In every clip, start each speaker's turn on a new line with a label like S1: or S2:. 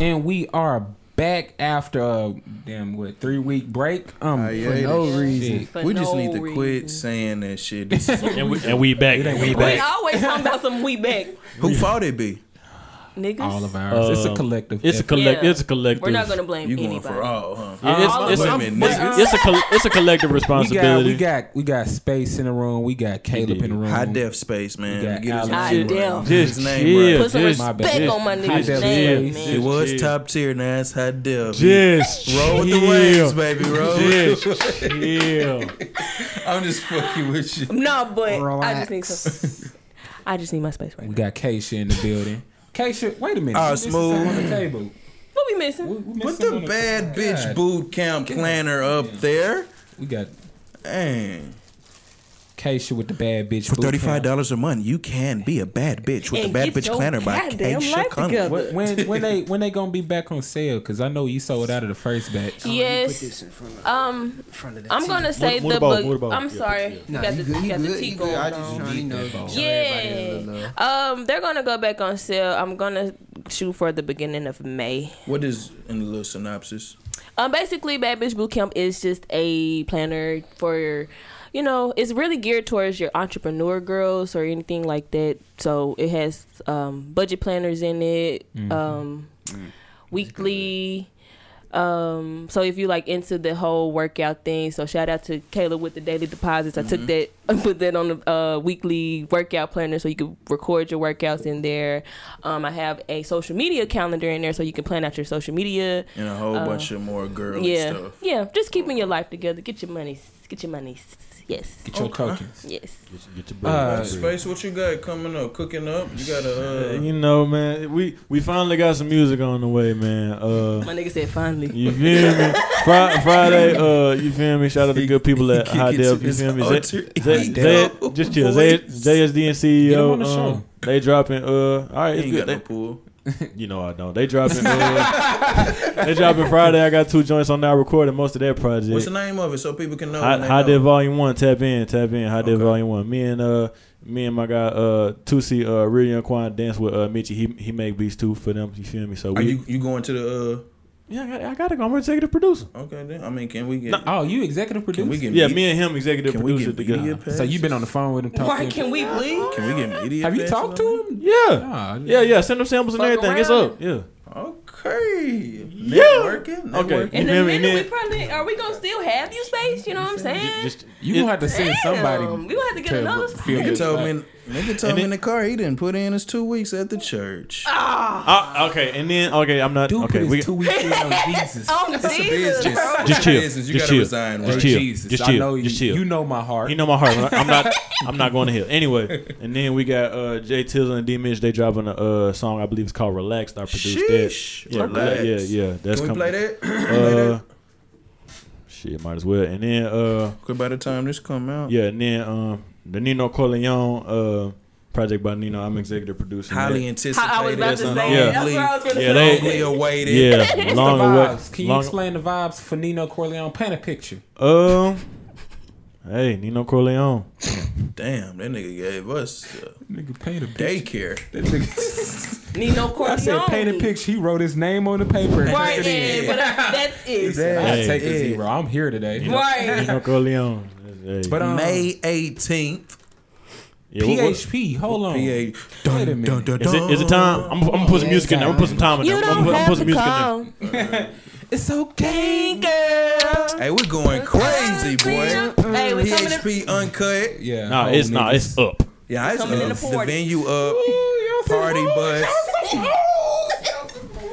S1: and we are back after a damn what three week break. Um,
S2: I
S1: for
S2: hate
S1: no
S2: Uh, it.
S1: reason.
S3: For
S2: we just
S3: no
S2: need to quit
S3: reason.
S2: saying that shit. This is,
S4: And we, and we back. we
S3: We
S4: back.
S3: always talking about some we back
S2: who fault it be?
S3: niggas.
S1: All of ours. it's a
S4: Um,
S1: collective.
S4: It's a
S1: effort.
S4: collect.
S3: Yeah.
S4: It's a collective.
S3: We're not gonna blame
S2: You going
S3: anybody.
S2: for all, huh?
S4: Yeah, it's,
S3: All
S4: it's,
S2: of
S4: a,
S2: them.
S4: it's, it's a col- it's a collective
S1: we got we
S4: responsibility.
S1: got we got space in the room. We got Caleb in the room.
S2: High def space, man.
S1: Yeah,
S2: Get his
S1: Alex.
S2: name
S3: High
S2: right.
S3: def.
S2: Get
S4: Just
S2: his
S4: chill.
S2: name right.
S3: Put some
S4: Just-
S3: respect
S1: just-
S3: on my
S1: High
S3: niggas'
S1: def
S3: name,
S1: space.
S3: man.
S2: It was
S4: Chill.
S2: top tier, now it's high def.
S4: Just
S2: Roll with the
S4: chill.
S2: waves, baby. Roll.
S4: Just chill.
S2: I'm just fucking with you.
S3: No, but I just need some. I just need my space right
S1: We
S3: now.
S1: got Keisha in the building. Keisha, wait a minute.
S2: Oh,
S1: This is
S2: smooth.
S1: on the table.
S3: What we missing?
S1: We- we missed
S2: Put the
S1: someone on
S2: bad bitch
S1: God.
S2: boot camp planner up there.
S1: We got
S2: Dang.
S1: Keisha with the bad bitch.
S2: For
S1: boot camp.
S2: thirty-five dollars a month, you can be a bad bitch with
S3: And
S2: the Bad
S3: get
S2: Bitch
S3: your
S2: Planner by
S3: goddamn
S2: Keisha
S3: life
S2: Cunliffe.
S3: together.
S1: When, when when they when they gonna be back on sale? Because I know you sold out of the first batch.
S5: Put
S3: yes.
S5: this in front of,
S3: Um,
S5: in front of the
S3: I'm
S5: tea.
S3: gonna say
S4: what
S3: the
S4: about-
S3: book.
S4: what about-
S3: I'm
S4: yeah,
S3: sorry. You
S5: Nah,
S3: got the
S5: you good,
S3: you
S5: you
S3: got the
S5: good,
S3: tea
S5: you good.
S3: going
S5: I
S3: on.
S5: just trying to know. show everybody a little
S3: Yeah.
S5: love.
S3: Um, they're gonna go back on sale. I'm gonna shoot for the beginning of May.
S2: What is in the little synopsis?
S3: Um, basically, Bad Bitch Bootcamp is just a planner for your, you know, it's really geared towards your entrepreneur girls or anything like that. So it has um, budget planners in it, um, weekly. Um, so if you like into the whole workout thing, so shout out to Kayla with the daily deposits. I took that, I put that on the uh, weekly workout planner, so you can record your workouts in there. Um, I have a social media calendar in there, so you can plan out your social media.
S2: And a whole bunch of more girly
S3: Uh, Yeah,
S2: stuff.
S3: yeah. Just keeping your life together. Get your money. Get your money. Yes.
S1: Get your tokens.
S3: Yes.
S4: Get your
S1: Uh,
S2: Space, what you got coming up? Cooking up? You got a. Uh,
S4: you know, man, we we finally got some music on the way, man. Uh,
S3: My nigga said finally.
S4: You feel me? Fri- Friday, uh, you feel me? Shout out to the good people at
S2: He- he
S4: High
S2: gets
S4: Def. You
S2: his
S4: feel me?
S2: alter
S4: Z- Z-
S2: ego
S4: Z- just chill. Z-
S2: voice.
S4: JSD and
S1: Get him on
S4: CEO.
S1: the show.
S4: um, they dropping. Uh, all right,
S2: you
S4: it's
S2: ain't
S4: good.
S2: got no
S4: They,
S2: pool.
S4: you know I don't. They dropping. Uh, they dropping Friday. I got two joints on now recording most of their project.
S2: What's the name of it so people can know?
S4: High,
S2: when they
S4: High
S2: know?
S4: Def Volume One. Tap in. Tap in. High Def
S2: Okay.
S4: Volume One. Me and uh, me and my guy uh, Tusi uh, Really and Quan dance with uh, Mitchie. He he make beats too for them. You feel me?
S2: Are
S4: So we.
S2: you you going to the?
S4: yeah, I got, I got to go. I'm executive producer.
S2: uh Okay, then I mean, can we get?
S1: Oh, you executive producer.
S2: can we get?
S4: Yeah,
S2: media-
S4: me and him executive
S2: Can we
S4: producer
S2: get media
S4: together.
S2: passes?
S1: so you've been on the phone with him
S3: Why
S1: talking.
S3: can we please?
S2: Can we get media?
S1: Have you
S2: passes
S1: talked
S2: on
S1: to him?
S4: Yeah.
S1: Nah,
S4: Yeah, yeah. Send them samples and
S3: Fuck
S4: everything. It's
S3: around.
S4: up. Yeah.
S2: that? Okay.
S4: Yeah.
S2: Networking.
S4: Okay.
S2: networking.
S3: In a
S4: You feel me?
S3: minute, we
S4: Then-
S3: probably are we gonna still have you space? You know what I'm saying?
S4: Just
S1: You gonna
S4: it-
S1: have to send
S3: Damn,
S1: somebody.
S3: we gonna have to get another
S1: feel
S2: Nigga
S1: good
S2: told
S1: about it.
S2: me. Nigga told
S4: And
S2: me
S4: it-
S2: in the car he didn't put in his two weeks at the church.
S4: Ah, okay, and then okay, I'm not
S1: Dude,
S4: okay.
S1: put
S4: We
S1: his two weeks in on Jesus.
S3: Oh, Jesus. bro.
S4: just chill.
S2: business. You
S4: just
S2: gotta
S4: chill.
S2: resign,
S4: Just
S2: right?
S4: chill.
S1: Jesus,
S4: Just
S1: I
S4: chill.
S1: know you.
S4: just chill.
S1: You know my heart.
S4: He know my heart. but I'm not. I'm not going to hell. Anyway, and then we got uh, Jay Tizzle and D Mitch. They dropping a uh, song I believe it's called "Relaxed." I produced
S2: Sheesh.
S4: that. Yeah,
S2: Relax.
S4: yeah, yeah. That's
S2: Can we
S4: coming.
S2: play that? Can we play
S4: Uh,
S2: that?
S4: shit, might as well. And then uh,
S2: 'Cause by the time this come out,
S4: yeah, and then um, the Nino Corleone uh project by Nino. I'm executive producer.
S2: highly
S3: How-
S2: anticipated.
S3: I was about to say.
S4: Yeah.
S3: that. That's what I was gonna
S4: Yeah,
S3: say.
S4: they-
S2: Longly awaited.
S4: yeah,
S1: the
S4: long
S1: vibes.
S4: away.
S1: Can you
S4: Long,
S1: explain the vibes for Nino Corleone? Paint a picture.
S4: Um, hey, Nino Corleone.
S2: Damn, that nigga gave us uh,
S1: Nigga, paint a
S2: daycare.
S3: Need no
S1: I
S3: Corleone.
S1: said paint a picture. He wrote his name on the paper. and
S3: Right
S1: turned it in.
S3: then, but I- that's it.
S1: I
S4: Hey.
S1: take a zero. I'm here today.
S3: Right.
S4: Nino Corleone. Hey.
S2: uh,
S1: But um,
S2: May 18th.
S4: Yeah, what- what-
S1: PHP. Hold on.
S2: PA.
S1: Wait a minute.
S4: Is it, is it time? I'm, I'm gonna put some music in there. I'm gonna put some time in there.
S3: You
S4: I'm gonna
S3: don't
S4: put- I'm gonna put
S3: have
S4: some
S3: to
S4: music in there.
S3: call.
S1: It's okay,
S2: Hey, we're going crazy, boy.
S3: Hey, we coming in.
S2: PHP uncut.
S1: Yeah.
S4: Nah,
S1: whole
S4: it's
S1: niggas.
S4: not. It's up.
S2: Yeah, it's up.
S3: Coming in
S2: The,
S3: the 40.
S2: venue up. Party bus.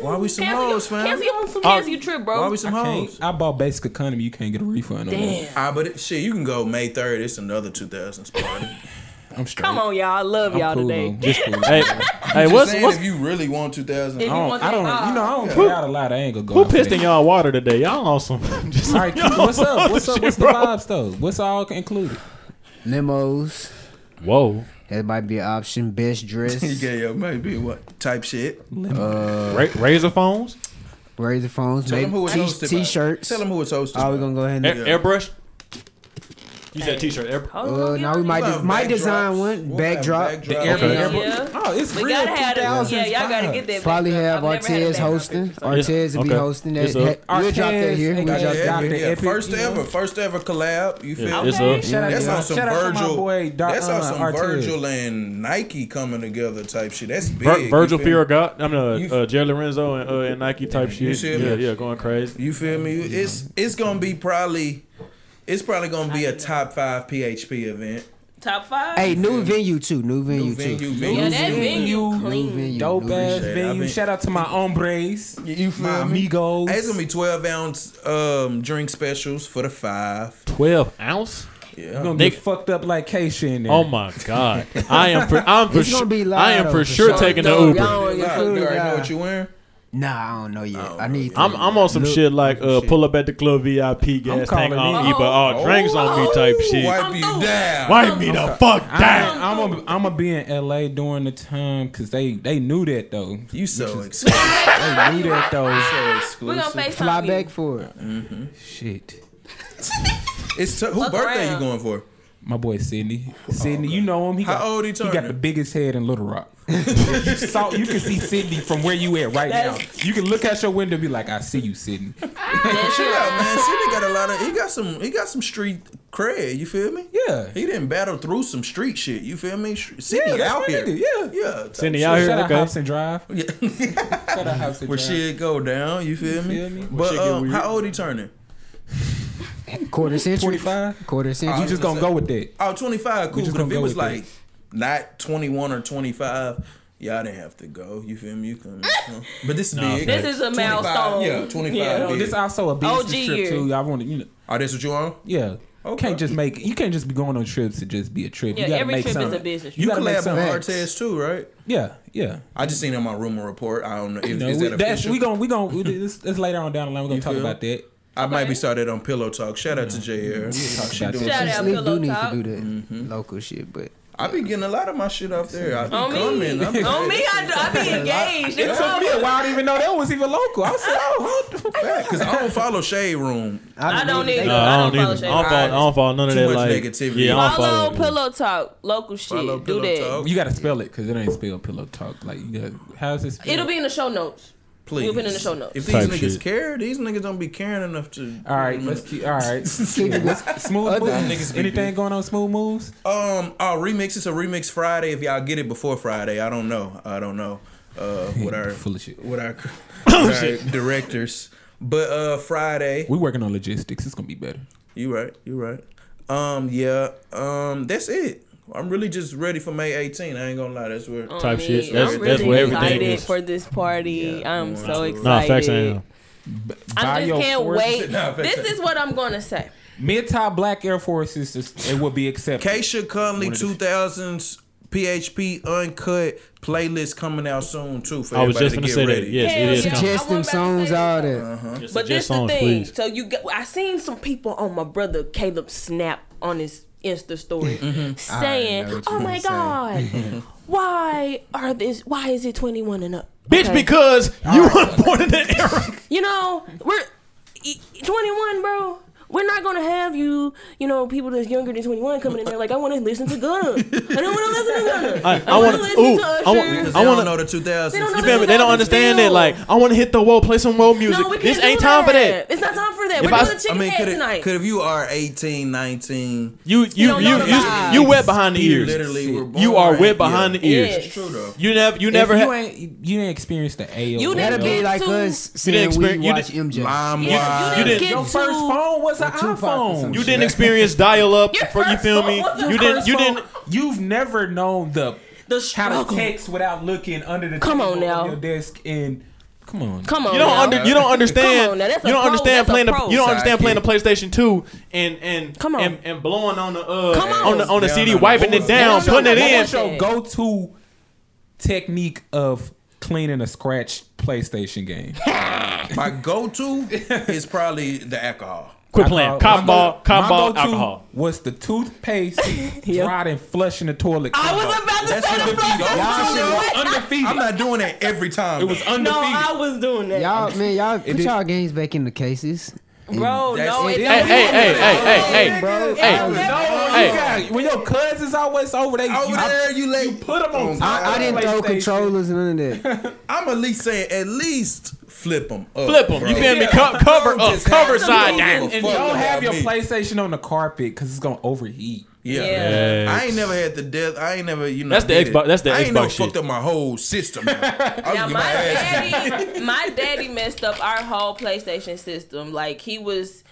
S2: Why we some
S3: Cancel your,
S2: hoes, fam?
S3: cancel your, cancel your trip, bro.
S2: Why we some
S1: I,
S2: hoes?
S1: can't- I bought Basic Economy. You can't get a refund on that.
S3: Damn.
S2: Ah, but it, shit, you can go May 3rd. It's another 2000s party.
S1: I'm straight.
S3: Come on, y'all. I love
S1: I'm
S3: y'all
S1: cool,
S3: today.
S1: though. Just cool.
S4: Hey, hey, what's
S2: Saying
S4: what's
S2: if you really want 2000,
S3: If
S1: I don't,
S3: want
S1: I
S3: that
S1: don't
S3: vibe.
S1: you know, I don't put out a lot. I ain't gonna go.
S4: who
S1: out for
S4: pissed in
S1: that.
S4: y'all water today? Y'all on some. Just
S1: All right,
S4: y'all
S1: Keith, what's
S4: on
S1: up?
S4: some
S1: What's up?
S4: shit,
S1: What's the
S4: bro.
S1: vibes though? What's all included?
S5: Limos.
S4: Whoa,
S5: That might be an option. Best dress.
S2: yeah, yeah, maybe what type shit.
S4: Ra- razor phones,
S5: Razor phones.
S2: Tell them
S5: Maybe
S2: who it's
S5: t-
S2: hosted by.
S5: t-shirts.
S2: Tell them who it's hosted.
S5: Oh,
S2: by.
S5: we gonna go ahead
S4: Air-
S5: and
S4: airbrush. You said t-shirt. Air-
S3: Oh,
S5: Uh,
S3: yeah.
S5: now we might
S2: We'll
S5: de-
S2: have
S5: might design
S2: backdrops.
S5: one
S2: We'll have
S5: backdrop.
S2: backdrops.
S5: The
S1: The
S5: air-
S1: airport.
S3: Yeah.
S1: Oh, it's
S3: We
S1: real.
S3: gotta have that.
S1: 2000s
S3: Yeah, y'all gotta get that.
S5: Probably
S3: backdrop.
S5: have
S3: I've never had a
S5: Artez
S3: backdrop
S5: hosting.
S3: before.
S5: Artez will be
S4: Okay.
S5: hosting
S4: It's
S5: that.
S4: up.
S5: He- We'll drop that
S1: Artez,
S5: here. We'll
S1: aka
S5: drop that
S1: Dr.
S5: here.
S1: Dr.
S2: Yeah,
S1: Epic,
S2: first
S1: you know?
S2: ever, first ever collab. You feel
S4: Yeah,
S2: me?
S4: it's up.
S3: Okay.
S1: Shout out
S2: That's
S1: to my-
S2: on some
S1: shout out to my
S2: Virgil.
S1: boy, Doc,
S2: that's
S1: uh,
S2: on some
S1: Artez.
S2: Virgil and Nike coming together type shit. That's big.
S4: Vir-
S2: you
S4: Virgil
S2: feel
S4: Fear
S2: me?
S4: God. I'm
S2: You-
S4: uh, uh, Jerry Lorenzo and, uh, and Nike type
S2: you
S4: shit.
S2: see
S4: Yeah,
S2: me?
S4: yeah, going crazy.
S2: You feel me? It's it's gonna be probably it's probably gonna be a top five PHP event.
S3: Top five.
S5: Hey, new venue too. New venue
S2: New
S5: too.
S2: venue,
S3: yeah,
S2: venue.
S3: that venue
S1: venue,
S5: New
S3: clean.
S5: venue.
S1: Dope
S5: new
S1: ass
S5: venue.
S2: shit. I
S1: venue.
S2: mean-
S1: Shout out to my hombres,
S2: You feel
S1: my
S2: me?
S1: amigos.
S2: Hey, it's gonna be twelve ounce um, drink specials for the five.
S4: Twelve ounce.
S2: Yeah,
S1: gonna
S4: Nigga.
S1: get fucked up like Keisha in there.
S4: Oh my god. I am. For, I'm for
S5: It's gonna
S4: sure.
S5: be loud
S4: I am
S5: though,
S4: for
S5: for
S4: sure
S5: sure.
S4: taking the
S5: Dog,
S4: Uber.
S5: y'all-
S2: You
S5: yeah,
S2: already
S5: food,
S2: know
S5: yeah.
S2: what you wearing.
S5: Nah, I don't know yet.
S2: don't
S5: I
S2: know
S5: need.
S2: yet.
S4: Oh, I'm I'm on some
S5: Look.
S4: shit like uh, pull up at the club VIP gas
S1: calling
S4: tank on
S1: in.
S4: me, but all
S2: Uh-oh.
S4: drinks on me type shit.
S2: Wipe you
S3: I'm through.
S2: down.
S4: Wipe me the fuck down.
S1: I'm gonna I'm gonna be in LA during the time because they they knew that though.
S2: You so exclusive.
S1: They knew that though.
S2: so
S3: We're gonna
S2: exclusive.
S3: face
S5: Fly back for it.
S1: Shit,
S2: It's t- who
S3: Fuck
S2: birthday
S3: around.
S2: you going for?
S1: my boy Sydney. Sydney, you know him. He
S2: How
S1: got,
S2: old he
S1: He got the
S2: turning?
S1: biggest head in Little Rock. you saw you can see Sydney from where you at right
S3: That's-
S1: now. You can look out your window and be like, I see you, Sydney.
S2: Chill out, man. Sidney got a lot of. He got some. He got some street cred. You feel me?
S1: Yeah.
S2: He didn't battle through some street shit. You feel me? Sh- Sidney
S1: that's
S2: out
S1: my
S2: here.
S1: nigga, yeah.
S2: Yeah. type
S4: Sidney
S2: shit.
S4: out here.
S1: Shout out
S4: Okay.
S1: Hops and Drive.
S2: Yeah.
S1: Shout out Hops and
S2: Where
S1: Drive.
S2: shit go down. You feel me?
S1: feel me? Where
S2: But
S4: shit get
S2: um,
S4: weird.
S2: how old he turning?
S5: Quarter century.
S1: 45?
S5: Quarter century.
S1: We just gonna go with that.
S2: Oh, 25. Cool.
S1: just
S2: But
S1: gonna
S2: if it
S1: go
S2: was
S1: with
S2: like not 21 or 25, y'all didn't have to go. You feel me? You can. but this is
S4: Nah,
S2: big.
S3: This is a
S2: 25,
S3: milestone.
S2: Yeah, 25.
S3: Yeah.
S1: No,
S2: big.
S1: Oh, this also a business
S3: OG
S1: trip
S3: year.
S1: too. I want to, you know,
S2: oh, that's what you on?
S1: yeah.
S2: Okay.
S1: Can't just make you can't just be going on trips to just be a trip.
S3: Yeah,
S1: you gotta
S3: every
S1: make
S3: trip
S1: something.
S3: is a business trip.
S2: You
S1: gotta make
S2: collab
S1: something.
S2: on Artez too, right?
S1: Yeah, yeah.
S2: I just seen him on rumor report. I don't know if
S1: You know,
S2: is
S1: we,
S2: that
S1: that's
S2: official.
S1: we gonna we gonna we, this, this later on down the line we're gonna
S2: You
S1: talk
S2: feel?
S1: about that.
S2: I might be started on Pillow Talk. Shout out to JR. She
S1: about
S2: doing
S1: that.
S2: some-
S3: Shout out
S5: Sleep
S3: Pillow
S5: do need
S3: Talk.
S5: to do that
S4: Mm-hmm.
S5: local shit, but
S2: I be getting a lot of my shit out there. I be
S3: On me,
S2: coming. I be-
S3: on me, I, do- I be engaged.
S1: It
S3: It's
S1: took me a while to even know that was even local. I said, oh, what the fuck?
S2: Cause I don't follow Shade Room.
S3: I don't need
S4: No,
S3: no.
S4: I don't
S3: I don't
S4: either. I
S3: follow
S4: don't follow. I don't follow none of
S2: Too
S4: that.
S2: much
S4: Like
S2: negativity.
S4: yeah, I
S3: shit. Follow
S4: don't follow.
S3: Pillow Talk, local shit.
S2: Follow
S3: do
S2: Pillow
S3: that.
S2: Talk.
S1: You gotta spell it because it ain't spelled pillow talk. Like, you gotta, how's this? Spelled?
S3: It'll be in the show notes.
S2: Please.
S3: We'll put it in the show notes.
S2: If these
S4: Type
S2: niggas
S4: shit.
S2: care, these niggas don't be caring enough to.
S1: All right, let's keep. All right, smooth
S5: Other
S1: moves.
S2: niggas be
S1: Anything going on? Smooth moves.
S2: Um, oh, remix. It's a remix Friday. If y'all get it before Friday, I don't know. I don't know. Uh, what our
S1: Full of Oh, shit.
S2: what our, what our directors. But uh, Friday,
S1: We working on logistics. It's gonna be better.
S2: you right, you right. Um, yeah. Um, that's it. I'm really just ready for May 18. I ain't gonna lie. That's where.
S3: on
S4: Type
S3: me.
S4: shit. That's-
S3: I'm
S4: that's
S3: really
S4: where everything
S3: excited
S4: is.
S3: for this party.
S2: Yeah.
S3: I'm so excited.
S4: Nah, facts I am.
S3: I just can't wait.
S2: Nah, facts
S3: this
S2: ain't.
S3: is what I'm gonna say.
S1: Mid top black Air Forces. is- It will be accepted.
S2: Keisha Conley 2000s PHP Uncut playlist coming out soon too. For
S4: I was just
S2: everybody to
S4: gonna say
S2: get
S4: that.
S2: ready.
S4: Yes,
S3: Hell
S4: it is.
S3: yeah.
S4: coming.
S3: Just
S5: Chest them
S3: I wasn't about to
S5: songs,
S3: say
S5: all
S3: that.
S5: that.
S3: But
S4: Suggest
S3: this the
S4: songs,
S3: thing.
S4: please.
S3: So you, got, I seen some people on my brother Caleb snap on his Insta story
S4: Mm-hmm.
S5: I know
S3: saying,
S5: what you
S3: "Oh my god, why are this? Why is it 21 and up?"
S4: Bitch,
S3: Okay.
S4: because you were born in the era.
S3: you know we're e- 21, bro. We're not gonna have you, you know, people that's younger than 21 coming in there like, "I want to listen to Gunna. I don't want to listen to Gunna.
S4: I- I
S3: wanna
S4: wanna-
S3: listen
S4: ooh,
S3: to
S4: I
S3: Usher."
S4: want-
S2: Because
S4: I
S2: they don't
S4: wanna-
S2: know the 2000s.
S3: They don't know
S4: You feel me? They don't understand that. Like, I want to hit the wall, play some world music.
S3: no, we can't
S4: this
S3: do
S4: ain't time for that.
S3: It's not time for that.
S4: If
S3: we're
S4: I-
S3: doing the
S2: I
S3: chicken
S2: mean,
S3: head
S2: could
S3: tonight.
S2: it, could if you are 18, 19,
S4: You you
S3: don't
S4: you
S3: know the
S4: you,
S3: vibes.
S4: you wet behind the
S2: you
S4: ears.
S2: literally were born.
S4: You are wet
S2: right-
S4: behind
S2: yeah.
S4: the ears.
S3: Yes.
S2: True though.
S4: You never you
S1: If
S4: never
S1: you
S4: had.
S1: ain't you didn't experience the AO.
S3: You
S5: That'd
S3: didn't
S5: be
S3: get
S5: like
S3: to-
S5: us
S4: didn't
S5: saying
S4: exper-
S5: we
S4: you
S5: watch
S4: didn't-
S5: MJ.
S3: You- you
S2: LimeWire.
S4: You didn't-
S3: get
S1: Your first
S3: to-
S1: phone was an
S5: Tupac or some
S1: iPhone.
S4: You
S1: You,
S4: didn't experience dial up.
S3: Your
S4: For, you
S3: first
S4: feel
S3: phone
S4: me?
S3: was your
S4: You didn't.
S3: first
S4: You
S3: phone.
S4: didn't.
S1: You've never known the
S3: The
S1: how to
S3: struggle.
S1: text without looking under the
S3: Come
S1: table
S3: on
S1: of
S3: now.
S1: your desk and come on.
S3: Come on.
S4: You don't
S3: now.
S4: under, you don't understand.
S3: Come on now, that's a
S4: you don't
S3: pro,
S4: understand
S3: that's a
S4: playing the
S3: pro
S4: you don't understand
S2: sidekick.
S4: playing the PlayStation Two and and
S3: Come on.
S4: and, and blowing on the uh
S3: Come on.
S4: the on the
S2: Down
S4: CD,
S2: on the-
S4: wiping it down,
S3: Down on
S4: putting
S3: the-
S4: it
S1: What
S4: in.
S1: was your go-to technique of cleaning a scratched PlayStation game?
S2: My go-to is probably the alcohol.
S4: Quit playing.
S1: Alcohol.
S4: Cop ball,
S1: My
S4: cop ball,
S1: go-to
S4: alcohol.
S1: Was the toothpaste
S3: Yep.
S1: dried and flush in the toilet?
S3: I was
S1: combo.
S3: about to
S2: That's
S3: say
S2: what
S3: the
S2: the
S3: flush.
S2: people-
S3: I was
S2: Y'all should
S3: doing that.
S1: undefeated.
S2: I'm not doing that every time.
S1: it was undefeated.
S3: No, I was doing that.
S5: Y'all, man, y'all put
S1: did-
S5: y'all games back in the cases.
S3: Bro,
S2: That's
S3: Oh, no,
S2: it.
S3: it
S4: Hey,
S3: don't.
S4: hey, hey, hey, hey, hey.
S5: Bro,
S4: Hey.
S1: No,
S4: Hey.
S1: you got, when your cousins always over, they
S2: Over
S1: you,
S2: there, you late.
S1: put them on top.
S5: I, I didn't throw
S1: PlayStation.
S5: controllers and none of that.
S2: I'm at least saying, at least flip them. Up,
S4: Flip 'em.
S2: bro.
S4: You feel me? Co- cover
S2: Don't
S4: up.
S2: just
S4: Cover
S2: have them
S4: side
S2: move
S4: down.
S2: the
S1: And
S2: fuck
S1: don't
S2: around
S1: have your
S2: me.
S1: PlayStation on the carpet because it's gonna overheat.
S2: Yeah.
S3: Yeah.
S2: I ain't never had the death. I ain't never, you know.
S4: That's the
S2: did it.
S4: Xbox- that's the
S2: I ain't never
S4: Xbox shit.
S2: fucked up my whole system. bro. I
S3: Now
S2: was
S3: my daddy, my daddy messed up our whole PlayStation system. Like he was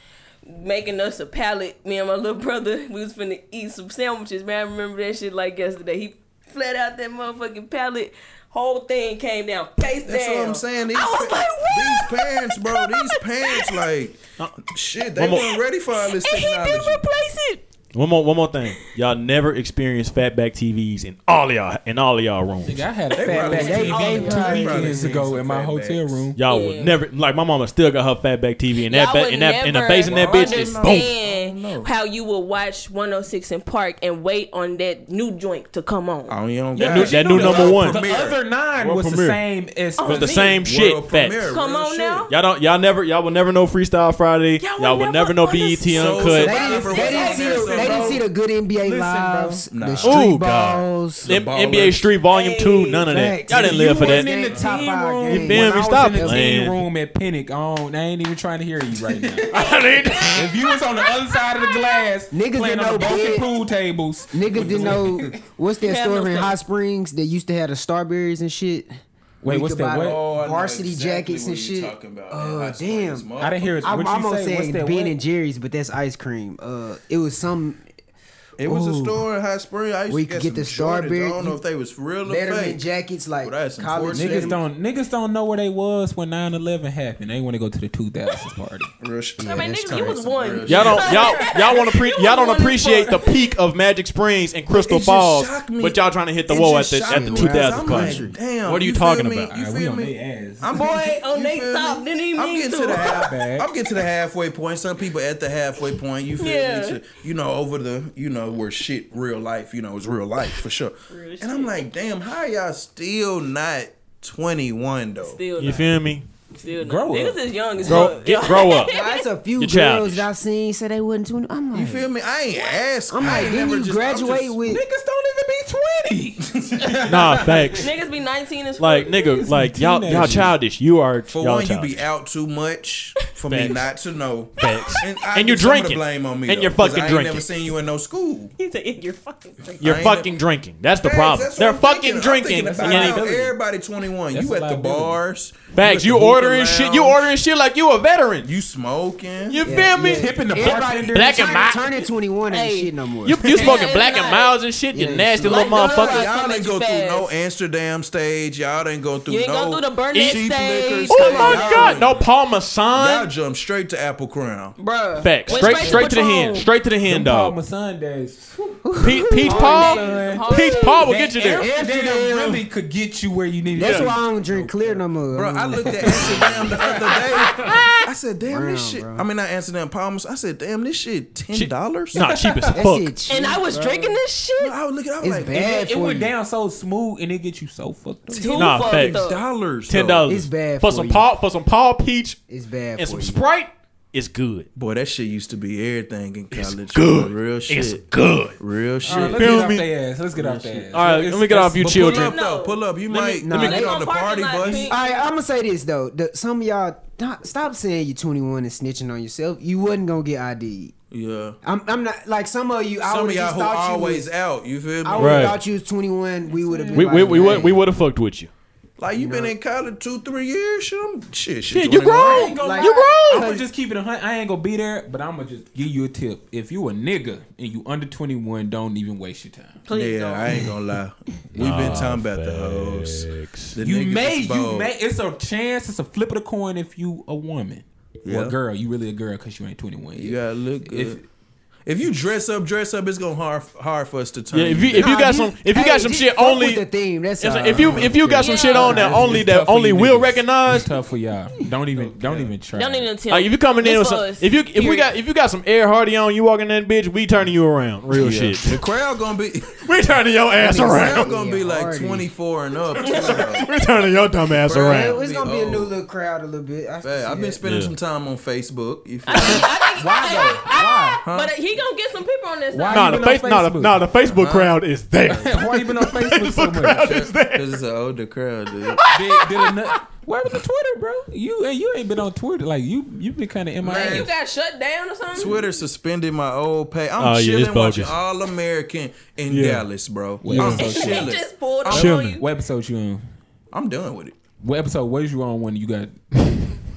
S3: making us a pallet. Me and my little brother, we was finna eat some sandwiches. Man, I remember that shit like yesterday. He fled out that motherfucking pallet. Whole thing came down face
S2: That's
S3: down.
S2: what I'm saying. These,
S3: I was
S2: pa-
S3: like, what?
S2: these parents, bro, these parents, like, shit, they
S4: Uh, One more.
S2: weren't ready for all this
S3: and he
S2: technology.
S3: didn't replace it.
S4: One more, one more thing. Y'all never experienced fatback TVs in all of y'all in all of y'all rooms.
S1: I had a
S2: They
S1: fat
S2: probably
S1: back
S2: seen
S1: TV
S2: all
S5: the
S1: two
S5: time.
S1: weekends
S2: Probably
S1: ago
S2: seen
S1: in my
S2: some fat
S1: hotel
S2: backs.
S1: room.
S4: Y'all
S3: Yeah.
S4: would never like my mama still got her fatback TV and that
S3: Y'all
S4: ba- and that in the
S3: would
S4: base in that
S3: never
S4: bitch is boom.
S3: understand
S2: I don't know.
S3: how you will watch 106 in Park and wait on that new joint to come on.
S2: I don't, you don't
S1: Yeah,
S2: got
S4: new-
S2: it.
S4: that new
S2: World
S4: number one.
S1: The
S2: premiere.
S1: other nine
S4: World
S1: was
S4: premiere.
S1: the same as
S4: It was the same shit.
S2: World
S4: Facts.
S2: premiere,
S3: Come
S2: real
S3: on
S2: shit.
S3: now.
S4: Y'all don't. Y'all never. Y'all will never know Freestyle Friday. Y'all, will never, know BET
S3: understand.
S2: So
S5: They
S4: Uncut.
S5: didn't, they didn't see the, they didn't see the good NBA
S1: bro.
S5: lives,
S2: Nah.
S5: the street
S4: Ooh, Oh, God.
S5: balls.
S4: M-
S2: ballers.
S4: NBA Street Volume
S3: Hey,
S4: Two. None of that.
S5: facts.
S4: Y'all didn't live
S1: you
S4: for
S1: wasn't
S4: that.
S1: in the
S5: Top
S1: team
S5: five
S1: room.
S5: games. You
S4: feel
S1: when
S4: me?
S1: I was
S4: Stop
S1: in the
S4: playing.
S1: team room at Pinnock. I, don't- I ain't even trying to hear you right now.
S4: I
S1: if you was on the other side of the glass,
S5: Niggas
S1: playing
S5: didn't
S1: on the
S5: know
S1: broken
S5: bed.
S1: pool tables,
S5: Niggas didn't know what's that
S3: Yeah,
S5: store
S3: no
S5: in
S3: sense.
S5: Hot Springs that used to have the starberries and shit.
S1: Wait,
S5: You
S1: what's
S5: could
S1: that?
S5: buy
S1: What?
S5: the
S2: Oh, I know
S5: Varsity
S2: exactly
S5: jackets
S2: what
S5: and
S2: you
S5: shit.
S2: talking about.
S5: Oh,
S2: That's why it's
S5: damn.
S2: motherfuckers.
S1: I didn't hear it.
S5: I'm
S1: What you
S5: almost
S1: say? What's
S5: saying
S1: that
S5: Ben
S1: what?
S5: and Jerry's, but that's ice cream. Uh, it was some
S2: It was a
S5: Ooh.
S2: store in High Spring. I used to
S5: Where you
S2: get,
S5: could get
S2: some
S5: the
S2: shortage. I
S5: Starberry-
S2: don't know if they was real or
S5: Letterman
S2: fake.
S5: jackets, like
S2: Well, that's some
S5: college
S2: fortune.
S1: Niggas
S5: jackets.
S1: don't niggas don't know where they was when 9-11 happened. They want to go to the 2000s party.
S2: Real shit.
S3: I mean,
S5: that's
S3: nigga, you was
S5: crazy.
S3: one.
S4: Y'all don't. Y'all y'all want to pre-
S3: You
S4: Y'all
S3: was
S4: don't
S3: one as
S4: appreciate the
S3: fuck.
S4: peak of Magic Springs and Crystal
S2: It just
S4: Falls,
S2: shocked me.
S4: but y'all trying to hit the
S2: It
S4: wall at
S2: just
S4: the
S2: shocked
S4: at the
S2: me,
S4: 2000
S2: 'cause I'm
S4: country.
S2: like, damn,
S4: What are you,
S2: feel
S4: talking
S2: me?
S4: about?
S2: You
S1: All right, we
S2: feel
S1: on
S2: me?
S1: their ass.
S2: I'm oh,
S3: Boy, on
S2: you
S3: they
S2: feel
S3: top,
S2: me?
S3: didn't even
S2: I'm
S3: mean
S2: getting to.
S3: to.
S2: the half,
S1: Bad.
S2: I'm getting to the halfway point. Some people at the halfway point. You feel
S3: Yeah.
S2: me? So, you know, over the you know where shit real life. You know is real life for sure.
S3: Real
S2: and I'm like, damn, how y'all still not 21 though?
S3: Still
S4: You
S3: not.
S4: feel me?
S3: Still not.
S1: Grow
S3: Niggas
S1: up.
S3: is young as
S4: Grow,
S3: fuck.
S4: get, grow up.
S5: That's a
S4: You're
S5: few girls
S4: childish.
S5: that I seen said they wasn't too. I'm like,
S2: You feel me? I ain't asked.
S5: I'm
S2: I
S5: like,
S2: ain't
S5: didn't
S2: never
S5: you
S2: just-
S5: graduate
S2: I'm just-
S5: with?
S1: Niggas don't even be 20.
S4: Nah, facts.
S3: Niggas be 19 as fuck.
S4: Like nigga, like y'all y'all
S1: Teenagers.
S4: childish. You are
S2: For
S4: y'all
S2: one, you
S4: childish.
S2: be out too much for me
S4: Facts.
S2: not to know.
S4: Facts.
S2: I get
S4: And you
S2: some of the
S4: drinking.
S2: Blame on me.
S4: And
S2: though,
S4: you're
S2: 'cause
S4: fucking
S2: I ain't
S4: drinking.
S2: never seen you in no school.
S3: He's like, "Yeah, you're fucking like,
S4: You're
S2: I ain't
S4: fucking
S2: never-
S4: drinking. That's the
S2: Facts,
S4: problem.
S2: that's what
S4: They're
S2: I'm
S4: fucking
S2: thinking. I'm thinking
S4: drinking.
S2: about
S4: and ain't
S2: how
S4: even-
S2: everybody 21.
S1: That's
S2: you
S1: a
S2: at the
S1: liability.
S2: bars. you at
S4: Facts.
S2: the
S4: You
S2: hookah
S4: ordering shit. You
S2: lounge,
S4: ordering shit like you a veteran.
S2: You smoking.
S4: You feel me?
S1: Tipping the bartender.
S4: Black and
S5: Turn-
S4: mild.
S5: turning 21 ain't
S3: Hey.
S5: shit no more.
S4: You you smoking
S3: Yeah, uh,
S4: black and
S3: like-
S4: miles and shit. You
S5: Yeah,
S4: nasty
S5: like
S4: little
S3: those-
S4: motherfucker.
S2: Y'all
S3: Something
S2: didn't go
S3: that you
S2: through no
S3: fast.
S2: Amsterdam stage. Y'all didn't go through
S3: You ain't
S2: no
S3: go through the Burnett
S2: cheap
S3: stage.
S2: liquor
S4: Oh
S2: stage.
S4: my
S2: Y'all
S4: god.
S2: done-
S4: No Palma
S2: Y'all
S4: Sun.
S2: jumped straight to Apple Crown.
S3: bruh.
S4: Facts.
S3: Went
S4: Straight straight to the hand.
S3: Patron.
S4: Straight to the hand,
S1: Paul my
S4: dog.
S1: Sundays.
S4: Pe- Peach
S3: Niggas
S4: Paul.
S3: hard.
S4: Peach Paul will get you there.
S1: Amsterdam really could get you where you need
S5: That's
S1: to
S5: why I don't drink clear no more.
S2: Bro,
S5: I'm
S2: I
S5: like,
S2: looked at Amsterdam the other day. I said, damn, this
S5: Brown,
S2: shit.
S5: bro.
S2: I mean, not Amsterdam Palms. I said, damn, this shit ten dollars.
S4: Nah, cheap as
S5: that
S4: fuck.
S5: shit cheap,
S3: And I was drinking this shit.
S2: I was looking. I was
S5: It's
S2: like,
S5: bad
S1: It
S5: for
S1: went
S5: you.
S1: down so smooth and it get you so fucked up.
S3: Too
S4: Nah,
S3: fucked
S4: facts.
S3: up.
S2: dollars.
S4: Ten
S2: though.
S4: dollars.
S5: It's bad
S4: for
S5: for
S4: some
S5: you.
S4: Paul for some Paul Peach
S5: It's
S4: and
S5: bad for
S4: some
S5: you.
S4: Sprite. It's good.
S2: Boy, that shit used to be everything in college. It's
S4: good.
S2: Real
S4: It's
S2: shit.
S4: good.
S2: Real shit.
S1: All right,
S4: Feel
S1: let's
S4: me?
S1: get off their ass. Let's get off their ass.
S4: All right,
S1: It's-
S4: let me get
S1: it's-
S4: off you
S1: but
S2: pull
S4: children.
S2: up though. Pull up. You might
S5: nah,
S2: you
S5: they
S2: get on
S3: gonna
S2: the
S3: park
S2: party
S3: in my
S2: bus.
S3: pink-
S5: All right, I'm gonna say this though. The, some of y'all not, stop saying you 21 and snitching on yourself. You wasn't gonna get ID.
S2: Yeah.
S5: I'm, I'm not like some of you. I
S2: Some
S5: would
S2: of y'all
S5: have
S2: who
S5: thought you
S2: always
S5: was,
S2: out. You feel me?
S5: I would
S4: Right.
S5: have thought you was 21. We would have been.
S4: We
S5: like,
S4: we we would
S5: man.
S4: we would have fucked with you.
S2: Like you been in college two three years. Shit, I'm, shit,
S4: Shit, you
S1: I
S4: grown.
S1: ain't gonna
S5: Like-
S1: lie.
S5: You
S1: I'ma
S5: grown.
S1: just keep it a hundred. I ain't gonna be there, but I'm gonna just give you a tip. If you a nigga and you under 21, don't even waste your time.
S3: Please
S2: Yeah,
S3: don't.
S2: I ain't gonna lie. We've been talking about the hoes. The
S1: You
S2: niggas
S1: may,
S2: is
S1: you
S2: bold.
S1: may. It's a chance. It's a flip of the coin if you a woman or
S2: Yeah.
S1: a girl. You really a girl because you ain't 21 yet.
S2: You gotta look good.
S1: If-
S2: If you dress up, dress up, it's gonna hard hard for us to turn.
S4: Yeah, if you if you got
S5: Nah, just-
S4: some if you
S5: hey,
S4: got some
S5: just
S4: shit
S5: fuck
S4: only
S5: with the theme. That's
S4: Yes,
S5: all.
S4: if you if you got some shit on that
S1: It's-
S4: only
S1: it's tough
S4: that
S1: for
S4: only
S1: you
S4: will
S1: niggas. It's
S4: recognize.
S1: tough for y'all. Don't even don't even try.
S3: Don't even tell.
S4: Like if you coming in
S3: It's
S4: with
S3: for
S4: some,
S3: us,
S4: if you if we
S3: period.
S4: got if you got some Air Hardy on, you walking that bitch, we turning you around, real
S2: the
S4: shit.
S2: crowd gonna be
S4: We turning your ass
S2: crowd
S4: around.
S2: gonna be like
S5: Hardy.
S2: twenty four and up. too, though.
S4: We turning your dumb ass
S2: Bro,
S5: Hey,
S4: around.
S5: it's gonna be a new little crowd a little bit. I
S2: Hey, I've been spending
S4: Yeah.
S2: some time on Facebook. You feel
S3: I
S2: me?
S3: think, I think,
S5: Why
S3: I
S5: though?
S3: think-
S5: Why?
S3: But he gonna get some people on this
S1: Why
S3: side.
S4: Nah, the
S1: Even on
S4: face, nah, the,
S1: Facebook.
S4: nah, the Facebook
S2: Uh-huh.
S4: crowd is there.
S1: Why you been on Facebook so much?
S2: Because it's an older crowd, dude.
S1: Did- did enough- Where was the Twitter, bro? You and you ain't been on Twitter. Like you you've been kind of in my
S2: Man,
S1: ass.
S3: You got shut down or something?
S2: Twitter suspended my old pay.
S4: Oh,
S2: I'm
S4: yeah,
S2: chilling
S4: it's bogus.
S2: watching All American in
S4: Yeah.
S2: Dallas, bro.
S1: Yeah. It
S2: I'm
S3: He
S2: chilling.
S3: just pulled
S4: I'm
S3: up on
S4: chilling.
S3: you.
S1: What episode you on?
S2: I'm done with it.
S1: What episode was you on when you got?